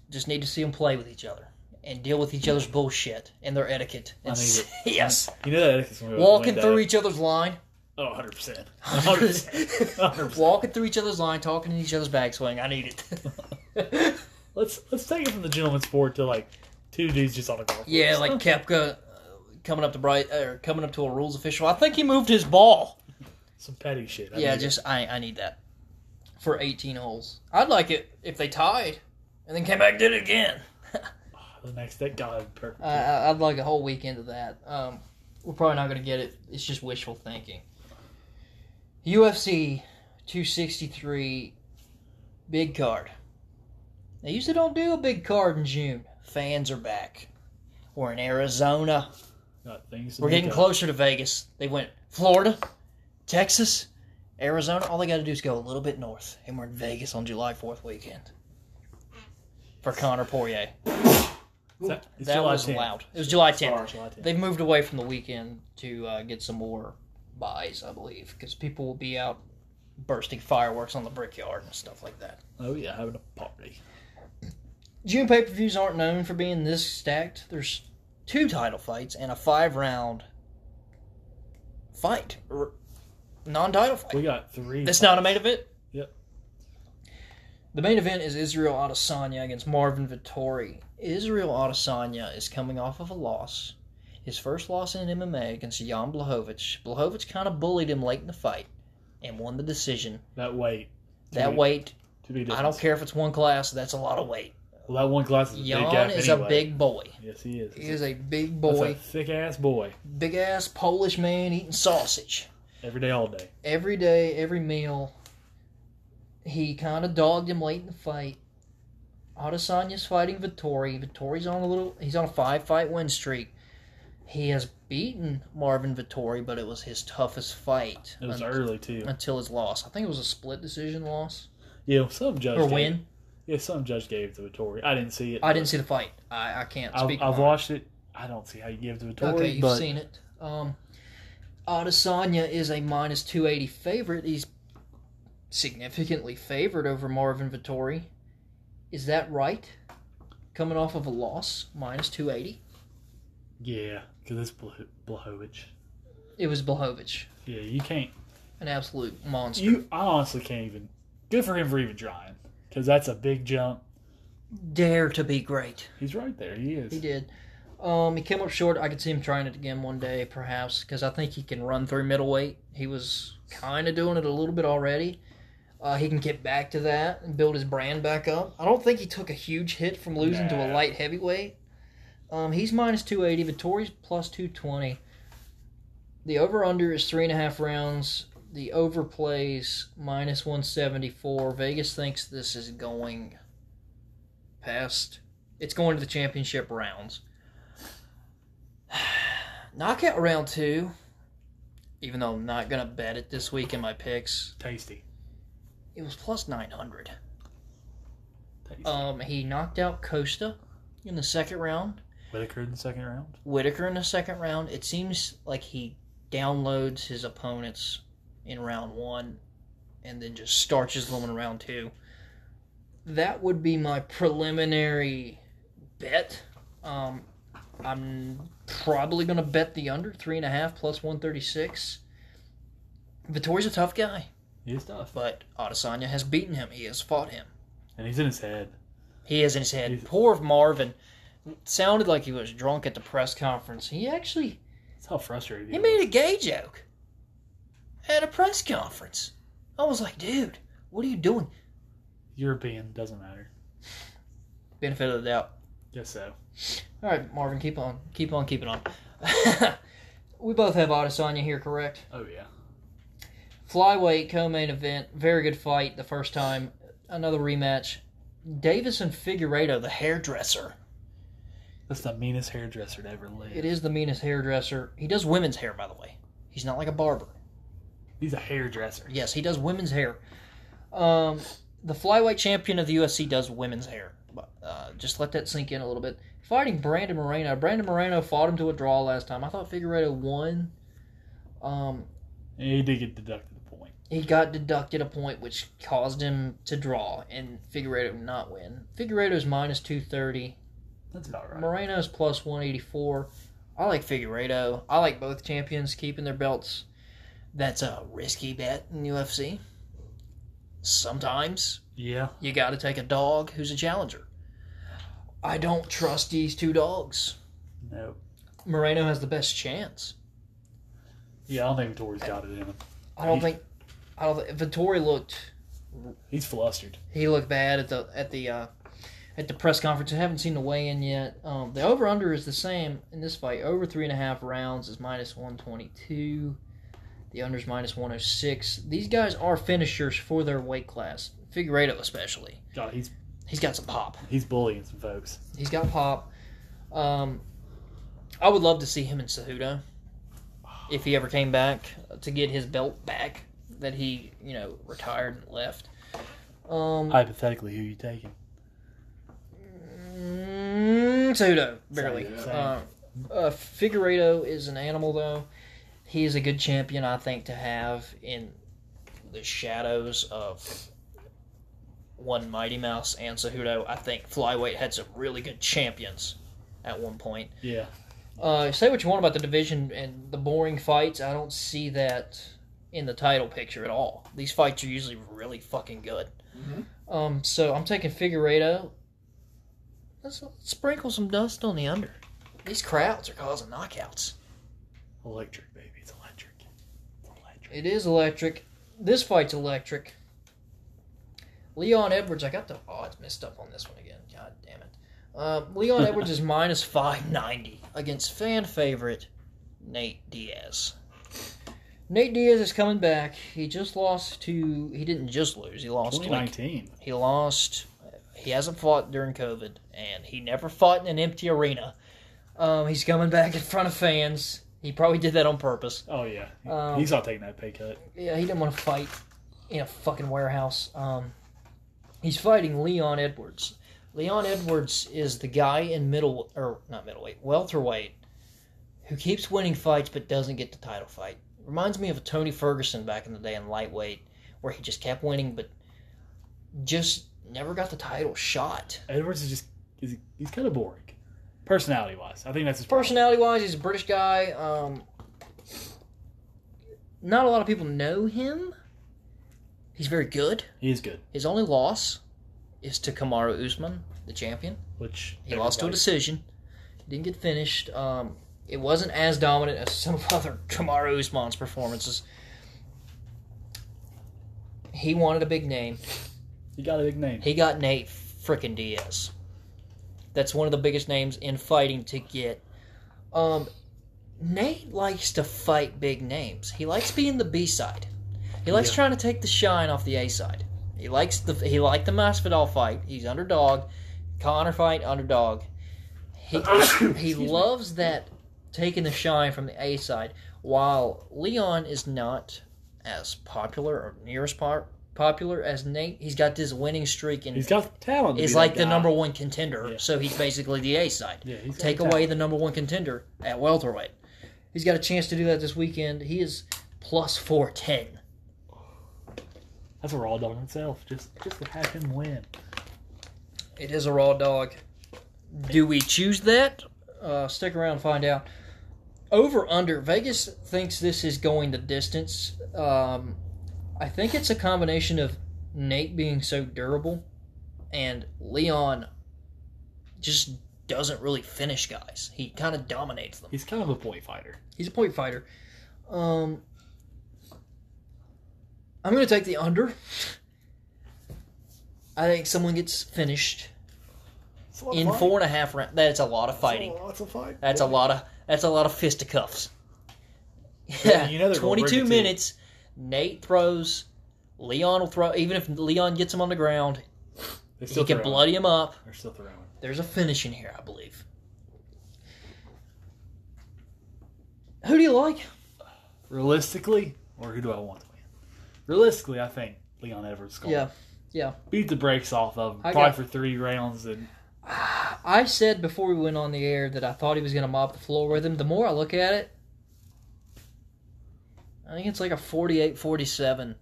Just need to see them play with each other and deal with each other's bullshit and their etiquette.
I need it.
yes,
You know that etiquette's gonna go out the
walking
window.
through each other's line,
Oh, 100 percent. 100 percent. 100 percent.
walking through each other's line, talking in each other's backswing. I need it.
Let's let's take it from the gentleman's sport to like two dudes just on a golf.
yeah, like Kepka uh, coming up to bright or coming up to a rules official. I think he moved his ball.
some petty shit. I
yeah,
need it.
just I, I need that for 18 holes. I'd like it if they tied and then came back and did it again.
Let's the next day. God, perfect.
I, I- I'd like a whole weekend of that. Um, we're probably not going to get it. It's just wishful thinking. UFC 263 big card. They usually don't do a big card in June. Fans are back. We're in Arizona.
Got things to
We're
make
getting
up.
closer to Vegas. They went Florida, Texas, Arizona. All they got to do is go a little bit north, and we're in Vegas on July 4th weekend for Connor Poirier.
Is that, it's
that
July
was
10th.
loud. It was July 10th.
Sorry.
July 10th.
They've moved away from the weekend to uh, get some more buys, I believe, because people will be out bursting fireworks on the brickyard and stuff like that.
Oh yeah, having a party.
June pay per views aren't known for being this stacked. There's two title fights and a five round fight, non title
We
fight.
got three.
That's not a main event.
Yep.
The main event is Israel Adesanya against Marvin Vittori. Israel Adesanya is coming off of a loss, his first loss in MMA against Jan Blahovic. Blahovic kind of bullied him late in the fight and won the decision.
that weight. To
That
be-
weight,
To be
I don't care if it's one class, that's a lot of weight.
Well, that one glass is a big
Jan
gap
is
anyway.
a big boy.
Yes, he is.
He is a big
That's
boy,
a thick ass boy.
big ass Polish man eating sausage.
Every day, all day.
every day, every meal. He kind of dogged him late in the fight. Adesanya's fighting Vittori. Vittori's on a little. He's on a five-fight win streak. He has beaten Marvin Vittori, but it was his toughest fight
It was
un-
early too.
until his loss. I think it was a split decision loss
Yeah, some judge
or
gave,
win.
Yeah, some judge gave it to Vittori. I didn't see it.
I didn't see the fight. I, I can't
I've,
speak.
I've
on it.
watched it. I don't see how you give it to Vittori.
Okay, you've
but
seen it. Um, Adesanya is a minus 280 favorite. He's significantly favored over Marvin Vittori. Is that right? Coming off of a loss, minus 280.
yeah, because it's Blah- Blahovich.
It was Blahovic,
Yeah, you can't.
an absolute monster.
You, I honestly can't even. Good for him for even trying, because that's a big jump.
Dare to be great.
He's right there. He is.
He did. Um, he came up short. I could see him trying it again one day, perhaps, because I think he can run through middleweight. He was kind of doing it a little bit already. Uh, he can get back to that and build his brand back up. I don't think he took a huge hit from losing to a
Nah.
light heavyweight. Um, he's minus 280. Vittori's plus 220. The over under is three and a half rounds. The over plays minus 174. Vegas thinks this is going past. It's going to the championship rounds. Knockout round two, even though I'm not going to bet it this week in my picks,
Tasty.
it was plus 900.
Tasty.
Um, he knocked out Costa in the second round,
Whitaker in the second round.
Whitaker in the second round. It seems like he downloads his opponents in round one and then just starches them in round two. That would be my preliminary bet. Um, I'm probably going to bet the under, three and a half plus 136. Vittori's a tough guy,
He is tough,
but Adesanya has beaten him. He has fought him.
and he's in his head.
He is in his head.
He's-
Poor Marvin. Sounded like he was drunk at the press conference. He actually
That's how frustrated he,
he
is.
made a gay joke at a press conference. I was like, dude, what are you doing?
European doesn't matter.
Benefit of the doubt.
Guess so.
All right, Marvin, keep on, keep on, keep it on. we both have Adesanya here, correct?
Oh yeah.
Flyweight co-main event, very good fight the first time. Another rematch. Davis and Figueredo, the hairdresser.
That's the meanest hairdresser to ever live.
It is the meanest hairdresser. He does women's hair, by the way. He's not like a barber.
He's a hairdresser.
Yes, he does women's hair. Um, the flyweight champion of the UFC does women's hair. But, Uh, just let that sink in a little bit. Fighting Brandon Moreno. Brandon Moreno fought him to a draw last time. I thought Figueredo won. Um,
And he did get deducted a point.
he got deducted a point, which caused him to draw, and Figueredo not win. Figueredo's minus 230.
That's about right.
Moreno's plus 184. I like Figueredo. I like both champions keeping their belts. That's a risky bet in UFC. Sometimes
Yeah.
you got to take a dog who's a challenger. I don't trust these two dogs.
No.
Moreno has the best chance.
Yeah, I don't think Vittori's got it in him.
I don't
He-
think. I don't. Think, Vittori looked.
He's flustered.
He looked bad at the at the uh, at the press conference. I haven't seen the weigh-in yet. Um, the over/under is the same in this fight. Over three and a half rounds is minus one twenty-two. The under's minus one hundred six. These guys are finishers for their weight class. Figueredo especially.
God, he's
He's got some pop.
he's bullying some folks.
He's got pop. Um, I would love to see him in Cejudo if he ever came back to get his belt back that he you know retired and left. Um,
Hypothetically, who you taking?
Mm, Cejudo, barely.
Same,
same.
Uh, uh, Figueredo is an animal, though. He is a good champion, I think, to have in the shadows of one Mighty Mouse and Cejudo. I think Flyweight had some really good champions at one point.
Yeah,
Uh, say what you want about the division and the boring fights. I don't see that in the title picture at all. These fights are usually really fucking good.
Mhm.
Um, so I'm taking Figueredo. Let's, let's sprinkle some dust on the under. These crowds are causing knockouts.
electric baby, it's electric. It's electric.
It is electric. This fight's electric. Leon Edwards, I got the odds messed up on this one again. God damn it. Uh, Leon Edwards is minus 590 against fan favorite Nate Diaz. Nate Diaz is coming back. He just lost to. He didn't just lose. He lost to like
2019.
he lost. He hasn't fought during COVID, and he never fought in an empty arena. Um, he's coming back in front of fans. He probably did that on purpose.
Oh yeah,
Um,
he's not taking that pay cut.
Yeah, he didn't want to fight in a fucking warehouse. Um, he's fighting Leon Edwards. Leon Edwards is the guy in middle or not middleweight, welterweight, who keeps winning fights but doesn't get the title fight. Reminds me of a Tony Ferguson back in the day in lightweight, where he just kept winning but just never got the title shot.
Edwards is just he's, he's kind of boring, personality wise. I think that's his problem.
personality wise, he's a British guy. Um, not a lot of people know him. He's very good.
He is good,
His only loss is to Kamaru Usman, the champion.
which
He lost to a decision. Didn't get finished. Um, it wasn't as dominant as some of other Kamaru Usman's performances. He wanted a big name.
He got a big name.
He got Nate frickin' Diaz. That's one of the biggest names in fighting to get. Um, Nate likes to fight big names. He likes being the B side. He likes
Yeah.
trying to take the shine off the A side. He likes the he liked the Masvidal fight. He's underdog. Connor fight underdog. He he
Excuse me.
loves that taking the shine from the A side. While Leon is not as popular or near as po- popular as Nate, he's got this winning streak and
He's got talent. to
is
be that
like the
guy.
number one contender.
Yeah.
So he's basically the A side.
Yeah, he's got
Take
talent.
away the number one contender at welterweight. He's got a chance to do that this weekend. He is plus four ten.
That's a raw dog in itself. Just just to have him win.
It is a raw dog. Do we choose that? Uh, stick around and find out. Over under Vegas thinks this is going the distance. Um, I think it's a combination of Nate being so durable and Leon just doesn't really finish guys. He kind of dominates them.
He's kind of a point fighter.
He's a point fighter. Um, I'm going to take the under. I think someone gets finished
It's a lot of
in
fight.
four and a half rounds. That's a lot of
It's a
fighting.
lot- It's a fight.
That's a lot of that's a lot of fisticuffs.
Yeah, you know they're gonna work it
twenty-two
too.
minutes. Nate throws. Leon will throw. Even if Leon gets him on the ground,
They
he can
throwing.
bloody him up.
They're still throwing.
There's a finish in here, I believe. Who do you like?
Realistically, or who do I want to win? Realistically, I think Leon Edwards. is gonna
Yeah, yeah.
Beat the brakes off of him,
I
probably
got-
for three rounds and
I said before we went on the air that I thought he was going to mop the floor with him. The more I look at it, I think it's like a 48-47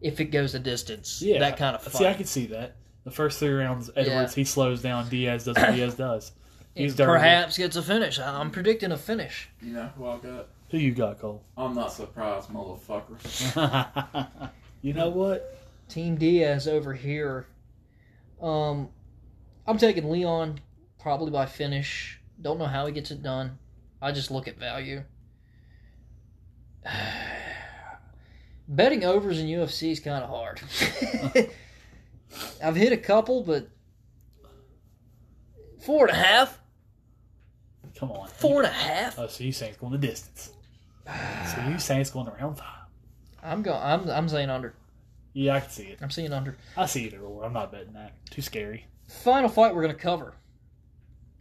if it goes the distance.
yeah,
that kind of fight.
See, I could see that. The first three rounds, Edwards he slows down. Diaz does what Diaz does. He's
It
dirty.
Perhaps gets a finish. I- I'm predicting a finish.
You know who I got?
Who you got, Cole?
I'm not surprised, motherfucker.
you know what?
Team Diaz over here. Um, I'm taking Leon probably by finish. Don't know how he gets it done. I just look at value. Betting overs in UFC is kind of hard. I've hit a couple, but Four and a half.
Come on.
Four and a half.
Oh, so you saying it's going the distance. So you saying it's going to round five.
I'm going. I'm I'm saying under.
Yeah, I can see it.
I'm seeing under.
I see it everywhere. I'm not betting that. Too scary.
Final fight we're going to cover.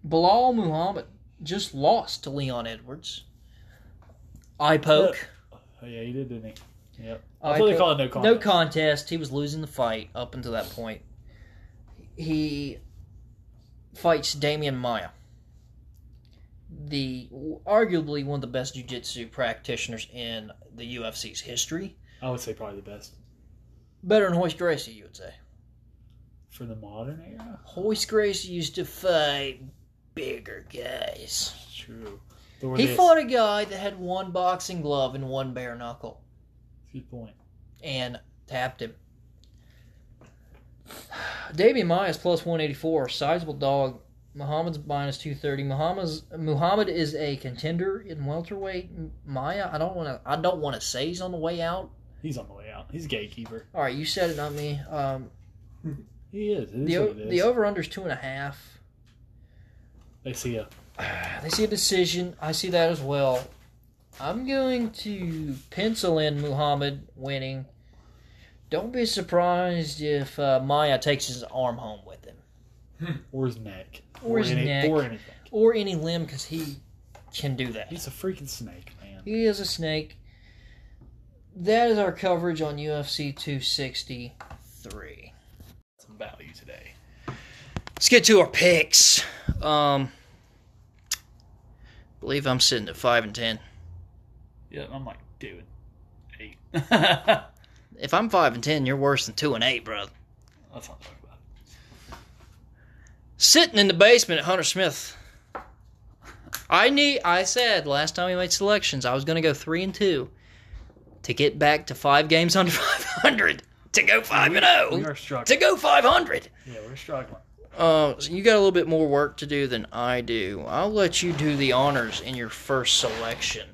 Bilal Muhammad just lost to Leon Edwards. Eye poke.
Oh, yeah, he did, didn't he? Yep.
Eye
I thought they
poke.
called it no contest.
Oh, No contest. He was losing the fight up until that point. He fights Damian Maya, the arguably one of the best jiu-jitsu practitioners in the UFC's history.
I would say probably the best
Better than Hoist Gracie, you would say.
for the modern era.
Hoist Gracie used to fight bigger guys.
True. But were
He
they-
fought a guy that had one boxing glove and one bare knuckle
Good point.
and tapped him. Damian Maya is plus 184, sizable dog. Muhammad's minus 230. Muhammad's Muhammad is a contender in welterweight. Maya, I don't want to I don't want to say he's on the way out.
He's on the way out. He's a gatekeeper.
All right, you said it, not me. Um,
He is. It is
the
what
o-
it is.
the over under's two and a half.
they see a
They see a decision. I see that as well. I'm going to pencil in Muhammad winning. Don't be surprised if uh, Maya takes his arm home with him
or his neck.
Or his
any-
neck.
Or anything.
or any limb because he can do that.
He's a freaking snake, man.
He is a snake. That is our coverage on UFC 263.
Some value today.
Let's get to our picks. Um, believe I'm sitting at five and ten.
Yeah, I'm like, dude, eight. Let's
If I'm five and ten, you're worse than two and eight, brother.
not talk about it.
sitting in the basement at Hunter Smith. I need. I said last time we made selections, I was going to go three and two to get back to five games under five hundred to go five and
We
zero
are struggling.
to go five hundred.
Yeah, we're struggling.
Uh, so you got a little bit more work to do than I do. I'll let you do the honors in your first selection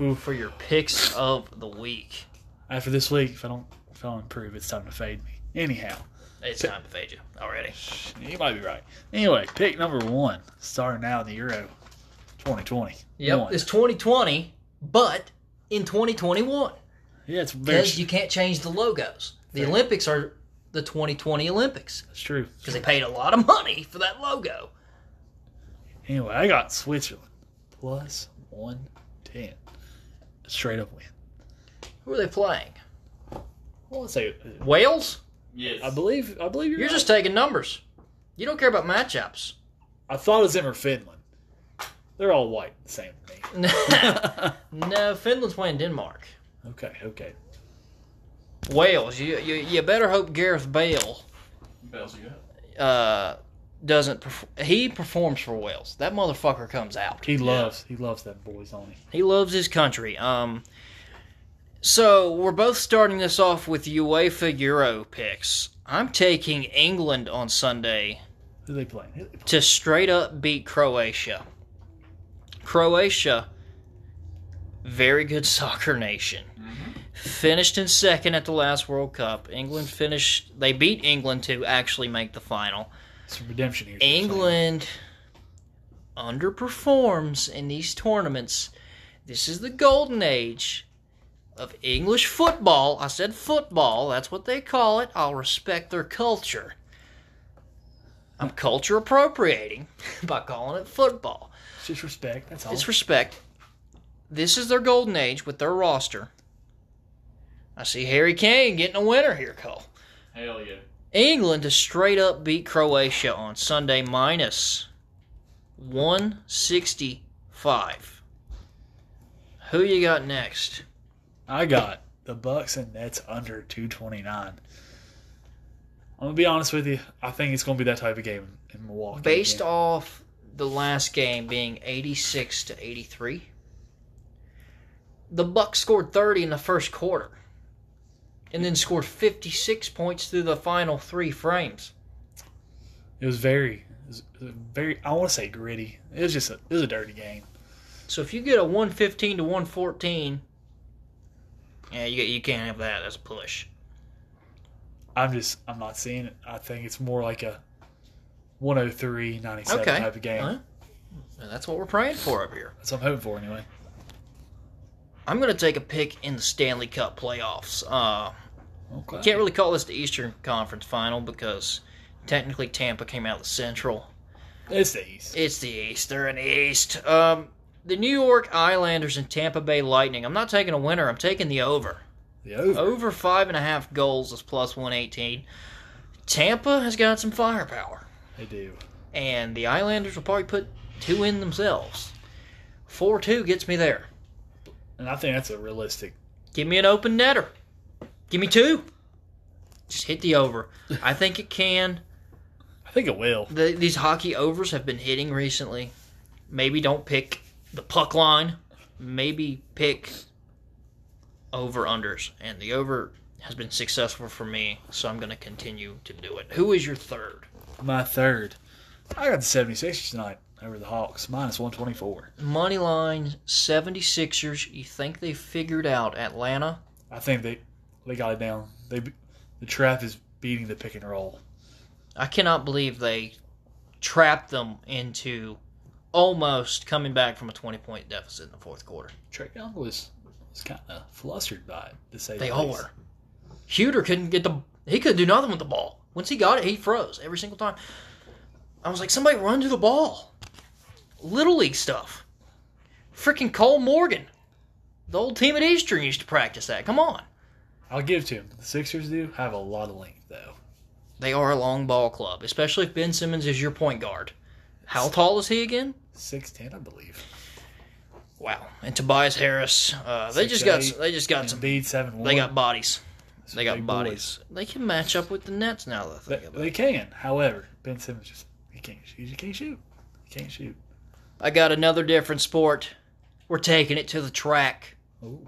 Oof.
for your picks of the week.
After this week, if I don't if I don't improve, it's time to fade me. Anyhow,
It's time to fade you already.
you might be right. Anyway, pick number one, starting now in the Euro 2020.
Yep,
One.
it's 2020, but in 2021.
yeah, it's very
Because you can't change the logos. The Olympics are the 2020 Olympics
it's true.
because they paid a lot of money for that logo.
Anyway, I got Switzerland plus one ten, straight up win.
Who are they playing?
I want to say,
Wales?
Yes.
I believe I believe you're,
You're
right.
just taking numbers. You don't care about matchups.
I thought it was them or Finland. They're all white, same to me.
no, Finland's playing Denmark.
Okay, okay.
Wales, you you, you better hope Gareth Bale
Bells you up.
uh, doesn't. Perf- he performs for Wales. That motherfucker comes out.
He loves he loves them boys on him.
He loves his country. Um, so we're both starting this off with UEFA Euro picks. I'm taking England on Sunday
Who they playing? Who they playing?
to straight up beat Croatia. Croatia, very good soccer nation. Finished in second at the last World Cup. England finished. They beat England to actually make the final.
It's redemption here.
England underperforms in these tournaments. This is the golden age of English football. I said football, that's what they call it. I'll respect their culture. I'm culture appropriating by calling it football.
It's just respect. That's all.
It's respect. This is their golden age with their roster. I see Harry Kane getting a winner here, Cole.
Hell yeah.
England to straight up beat Croatia on Sunday minus 165. Who you got next?
I got the Bucks and Nets under 229. I'm gonna be honest with you. I think it's gonna be that type of game in Milwaukee.
Based
again.
off the last game being 86 to 83, the Bucks scored 30 in the first quarter and then scored 56 points through the final 3 frames.
it was very, it was it was very. I want to say gritty. It was just a, it was a dirty game.
So if you get a 115 to 114, yeah, you you can't have that. That's a push.
I'm just I'm not seeing it. I think it's more like a 103, 97
Okay.
type of game.
All right. And that's what we're praying for up here.
That's what I'm hoping for anyway.
I'm going to take a pick in the Stanley Cup playoffs. Uh,
Okay.
can't really call this the Eastern Conference final because technically Tampa came out of the Central.
It's the East.
It's the East. They're in the East. Um, the New York Islanders and Tampa Bay Lightning. I'm not taking a winner. I'm taking the over.
The over.
Over five and a half goals is plus 118. Tampa has got some firepower.
They do.
and the Islanders will probably put two in themselves. Four two gets me there.
And I think that's a realistic.
Give me an open netter. Give me two. Just hit the over. I think it can.
I think it will.
The, these hockey overs have been hitting recently. Maybe don't pick the puck line. Maybe pick over unders. And the over has been successful for me, so I'm going to continue to do it. Who is your third?
My third. I got the 76ers tonight over the Hawks, minus 124.
Money line 76ers. You think they figured out Atlanta?
I think they they got it down. They The trap is beating the pick and roll.
I cannot believe they trapped them into almost coming back from a 20 point deficit in the fourth quarter.
Trey Young was, was kind of flustered by it, to say
They
the
all
least.
were. Huter couldn't get the he couldn't do nothing with the ball. Once he got it, he froze every single time. I was like, somebody run to the ball. Little league stuff. Freaking Cole Morgan. The old team at Eastern used to practice that. Come on.
I'll give it to him. The Sixers do have a lot of length, though.
They are a long ball club, especially if Ben Simmons is your point guard. How tall is he again?
6'10, I believe.
Wow. And Tobias Harris, uh, they
Six
just got
eight.
they just got some
Embiid, 7 1.
they got bodies. They got
big
bodies. They can match up with the Nets now. That I
They,
think about it.
they can. However, Ben Simmons just he can't shoot. He can't shoot. He can't shoot.
I got another different sport. We're taking it to the track.
Ooh.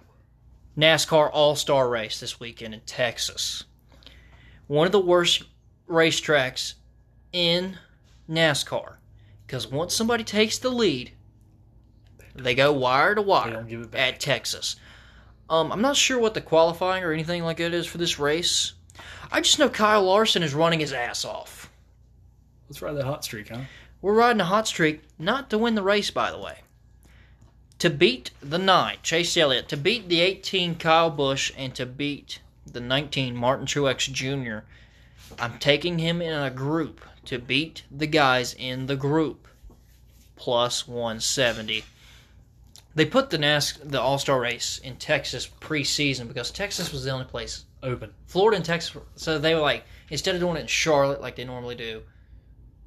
NASCAR All Star Race this weekend in Texas. One of the worst racetracks in NASCAR because once somebody takes the lead, they go wire to wire
They don't give it back.
at Texas. Um, I'm not sure what the qualifying or anything like that is for this race. I just know Kyle Larson is running his ass off.
Let's ride that hot streak, huh?
We're riding a hot streak, not to win the race, by the way. To beat the 9, Chase Elliott, to beat the 18, Kyle Busch, and to beat the 19, Martin Truex Jr., I'm taking him in a group to beat the guys in the group. Plus 170. They put the NAS- the All Star race in Texas preseason because Texas was the only place
Open.
Florida and Texas. were- So they were like, instead of doing it in Charlotte like they normally do,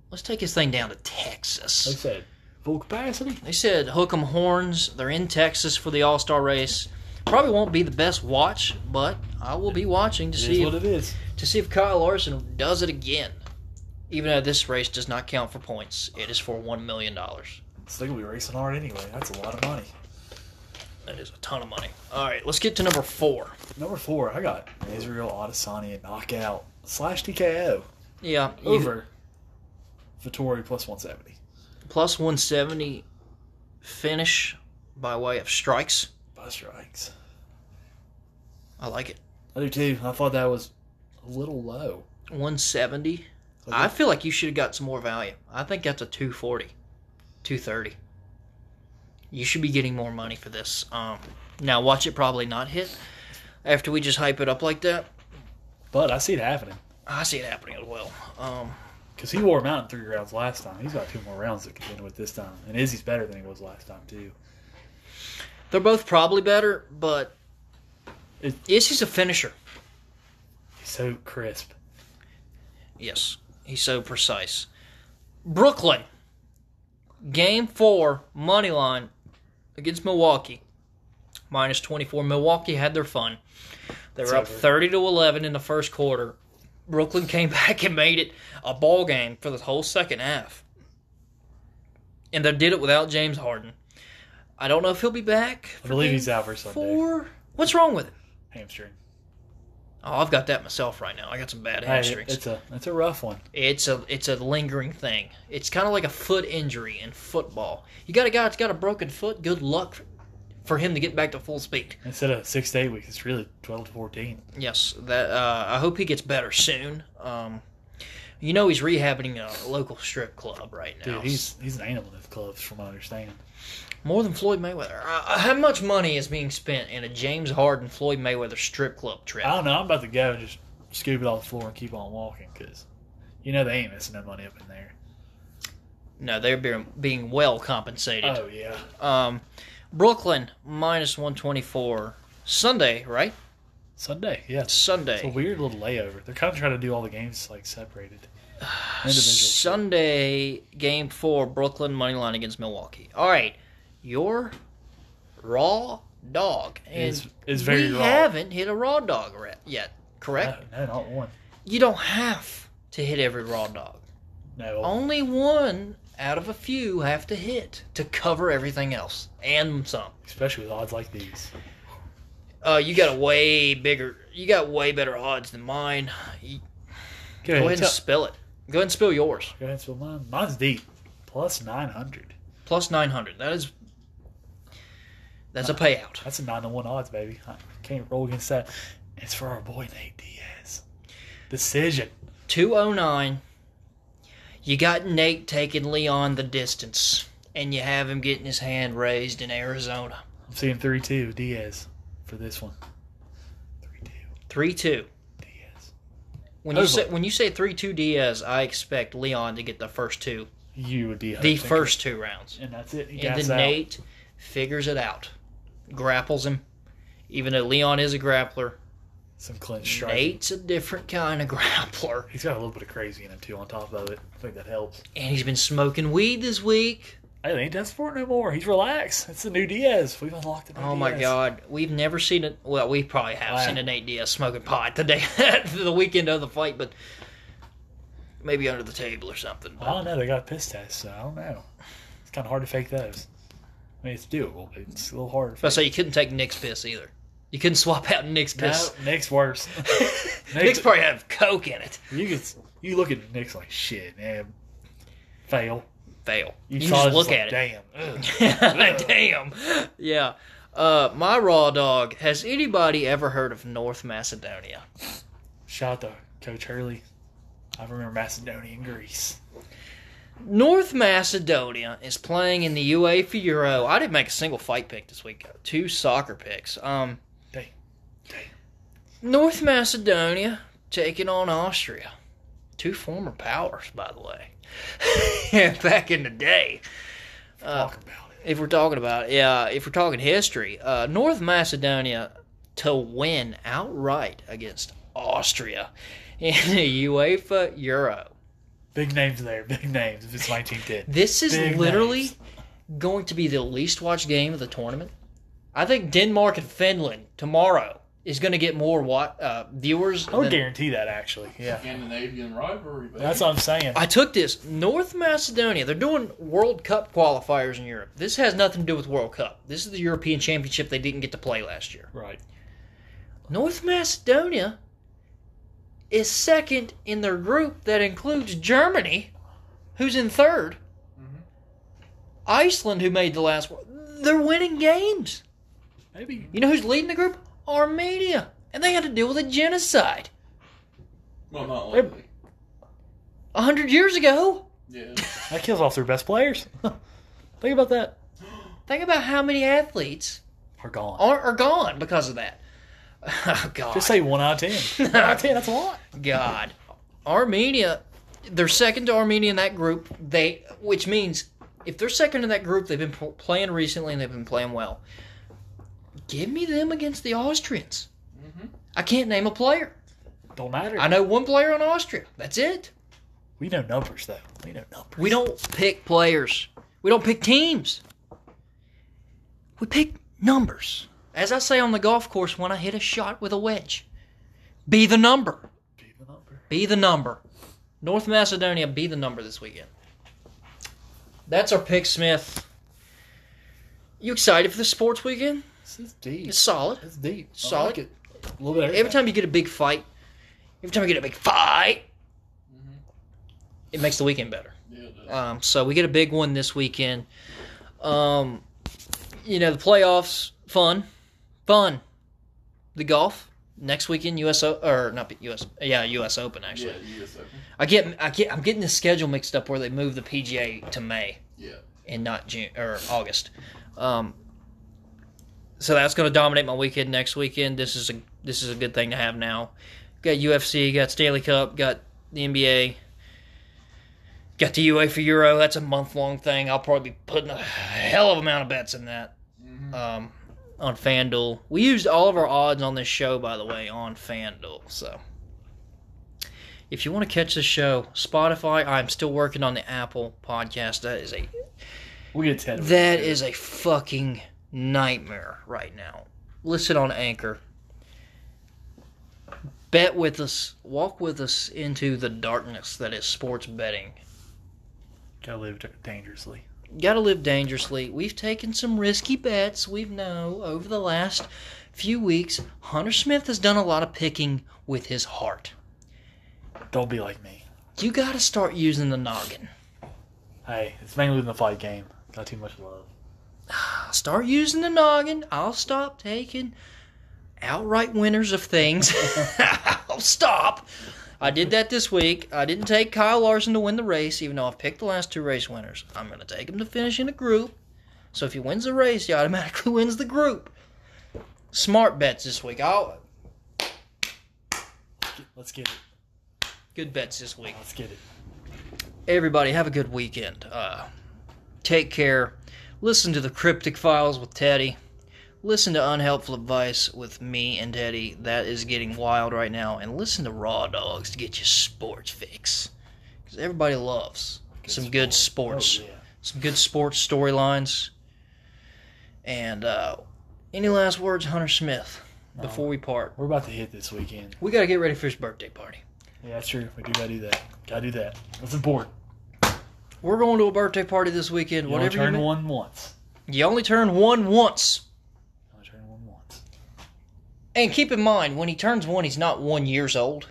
let's take this thing down to
Like I
Texas.
said, full capacity.
They said hook 'em horns. They're in Texas for the All Star race. Probably won't be the best watch, but I will be watching to
It is
see
what
if,
it is.
to see if Kyle Larson does it again. Even though this race does not count for points, it is for one million dollars.
So they're gonna be racing hard anyway. That's a lot of money.
That is a ton of money. All right, let's get to number four.
Number four, I got Israel Adesanya knockout slash TKO
Yeah, you-
over Vittori plus 170
plus one seventy finish by way of strikes.
by strikes.
I like it.
I do too. I thought that was a little low.
170.
Like,
I feel like you should have got some more value. I think that's a 240, 230. You should be getting more money for this. Um, now watch it probably not hit after we just hype it up like that.
but I see it happening
I see it happening as well. Um,
because he wore him out in three rounds last time. He's got two more rounds to contend with this time, and Izzy's better than he was last time too.
they're both probably better, but
It-
Izzy's a finisher.
He's so crisp.
Yes, he's so precise. Brooklyn, game four, money line against Milwaukee, minus 24. Milwaukee had their fun. They were up
over.
30 to 11 in the first quarter. Brooklyn came back and made it a ball game for the whole second half. And they did it without James Harden. I don't know if he'll be back.
I
for
believe
game
he's out for Sunday.
Four. What's wrong with him?
Hamstring.
Oh, I've got that myself right now. I got some bad
Hey,
hamstrings.
it's a it's a rough one.
It's a it's a lingering thing. It's kind of like a foot injury in football. You got a guy that's got a broken foot. Good luck for him to get back to full speed.
Instead of six to eight weeks, it's really twelve to fourteen.
Yes, that uh, I hope he gets better soon. Um, You know he's rehabbing a local strip club right now.
Dude, he's he's an animal in clubs, from what I understand.
More than Floyd Mayweather. Uh, how much money is being spent in a James Harden Floyd Mayweather strip club trip?
I don't know. I'm about to go and just scoop it off the floor and keep on walking because you know they ain't missing no money up in there.
No, they're being, being well compensated.
Oh yeah,
Um, Brooklyn minus one twenty four Sunday, right?
Sunday. Yeah, it's,
Sunday.
it's a weird little layover. They're kind of trying to do all the games like separated. Individual.
Sunday game four, Brooklyn money line against Milwaukee. All right, your raw dog
It's-
and
it's very
we
raw. Uh,
haven't hit a raw dog ra- yet,
No,
correct?
no, not one.
You don't have to hit every raw dog.
No,
Only one out of a few have to hit to cover everything else and some.
especially with odds like these.
Uh, you got a way bigger, you got way better odds than mine. You- Go
Go ahead,
ahead and
tell-
spill it. Go ahead and spill yours.
go ahead and spill mine. Mine's deep, plus nine hundred.
Plus nine hundred. That is, that's
Uh,
a payout.
That's a nine to one odds, baby. I can't roll against that. It's for our boy Nate Diaz. Decision.
209. You got Nate taking Leon the distance, and you have him getting his hand raised in Arizona.
I'm seeing three two Diaz for this one. Three two
3 2.
Diaz.
When you
Over.
say when you say 3 2 Diaz, I expect Leon to get the first two,
You would be
the
hoping-
first two rounds.
and that's it. He
And
gas
then
out.
Nate figures it out, grapples him. Even though Leon is a grappler,
Some clinch strike.
Nate's a different kind of grappler.
He's got a little bit of crazy in him too. On top of it, I think that helps.
And he's been smoking weed this week.
Hey, they ain't desperate no more. He's relaxed. It's the new Diaz. We've unlocked the new
Oh my
Diaz.
God! We've never seen it. Well, we probably have
Wow.
seen an eight Diaz smoking pot the day, the weekend of the fight, but maybe under the table or something.
I don't know. They got a piss test, so I don't know. It's kind of hard to fake those. I mean, it's doable, but it's a little harder.
But I say you couldn't take Nick's piss either. You couldn't swap out Nick's piss.
No, Nick's worse.
Nick's probably had coke in it.
you could, you look at Nick's like shit, man. Fail.
Fail. You,
saw
just
it,
look
like,
at it.
Damn. Ugh.
Like, Damn. Yeah. Uh, my raw dog. Has anybody ever heard of North Macedonia?
Shout out to Coach Hurley. I remember Macedonia and Greece.
North Macedonia is playing in the UEFA Euro. I didn't make a single fight pick this week. Two soccer picks. Um,
Dang.
North Macedonia taking on Austria. Two former powers, by the way. Back in the day,
Talk about it.
if we're talking about, yeah, if we're talking history, uh, North Macedonia to win outright against Austria in the UEFA Euro.
Big names there. Big names. If it's my team did.
This is
Big
literally
names.
going to be the least watched game of the tournament. I think Denmark and Finland tomorrow is going to get more wa- uh, viewers.
I would
than-
guarantee that actually. Yeah.
Scandinavian rivalry, baby.
That's what I'm saying.
I took this North Macedonia. They're doing World Cup qualifiers in Europe. This has nothing to do with World Cup. This is the European Championship they didn't get to play last year.
Right.
North Macedonia is second in their group that includes Germany, who's in 3rd
Mm-hmm.
Mhm.
Iceland, who made the last one. They're winning games.
Maybe
You know who's leading the group? Armenia. And they had to deal with a genocide.
well, not lately.
A hundred years ago,
Yeah.
that kills off their best players. Think about that.
think about how many athletes
Are gone.
are, are gone because of that. Oh, God.
Just say one out of ten. one out of ten. That's a lot.
God. Armenia, they're second to Armenia in that group. They, which means if they're second in that group, they've been pl- playing recently and they've been playing well. Give me them against the Austrians.
Mhm.
I can't name a player.
Don't matter.
I know one player on Austria. That's it.
we know numbers though. We know numbers.
We don't pick players. We don't pick teams. We pick numbers. As I say on the golf course when I hit a shot with a wedge, be the number.
Be the number.
Be the number. North Macedonia, be the number this weekend. That's our pick, Smith. You excited for the sports weekend?
This is deep.
It's solid.
It's deep. I
Solid.
like it. A little bit. of
Every time you get a big fight, every time you get a big fight, it makes the weekend better.
Yeah, it does.
Uh,
Um, so we get a big one this weekend. Um, you know, the playoffs, fun. Fun. The golf, next weekend US O- or not US yeah US Open actually.
Yeah, US Open.
I get I get I'm getting the schedule mixed up where they moved the PGA to May
Yeah.
and not June or August. Um, so that's going to dominate my weekend next weekend. This is a this is a good thing to have now. Got UFC, got Stanley Cup, got the NBA, got the UEFA Euro. That's a month long thing. I'll probably be putting a hell of amount of bets in that
Mhm.
um, on FanDuel. We used all of our odds on this show, by the way, on FanDuel. So if you want to catch the show, Spotify. I'm still working on the Apple podcast. That is a
We'll get Ted.
that is a fucking nightmare right now. Listen on Anchor. Bet with us. Walk with us into the darkness that is sports betting.
Gotta live d- dangerously.
Gotta live dangerously. We've taken some risky bets. We've know over the last few weeks. Hunter Smith has done a lot of picking with his heart.
Don't be like me.
You gotta start using the noggin.
Hey, it's mainly in the fight game. Got too much love.
Start using the noggin. I'll stop taking outright winners of things. I'll stop. I did that this week. I didn't take Kyle Larson to win the race, even though I've picked the last two race winners. I'm going to take him to finish in a group. So if he wins the race, he automatically wins the group. Smart bets this week. I'll,
Let's get it.
good bets this week.
Let's get it.
everybody have a good weekend uh, take care listen to the cryptic files with teddy listen to unhelpful advice with me and teddy that is getting wild right now and listen to raw dogs to get your sports fix because everybody loves some good sports
Oh, yeah.
some good sports storylines and uh, any last words hunter smith before we part
We're about to hit this weekend.
we gotta get ready for his birthday party
Yeah, that's true. We do gotta do that. Gotta do that. That's important.
we're going to a birthday party this weekend
You only
whatever
turn
you,
one once.
you only turn one once
You only turn one once.
And keep in mind, when he turns one, he's not one years old.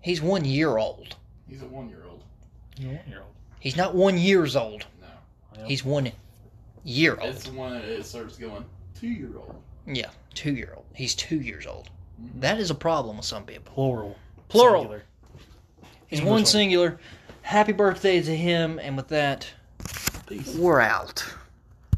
He's one year old.
He's a one year old.
You're one year old.
He's not one years old.
No.
He's one year
It's
old.
the one that it starts going two year old.
Yeah, two year old. He's two years old.
Mm-hmm.
That is a problem with some people.
Plural.
Plural.
Singular.
He's
English
one
one.
singular. Happy birthday to him. And with that,
Peace.
we're out.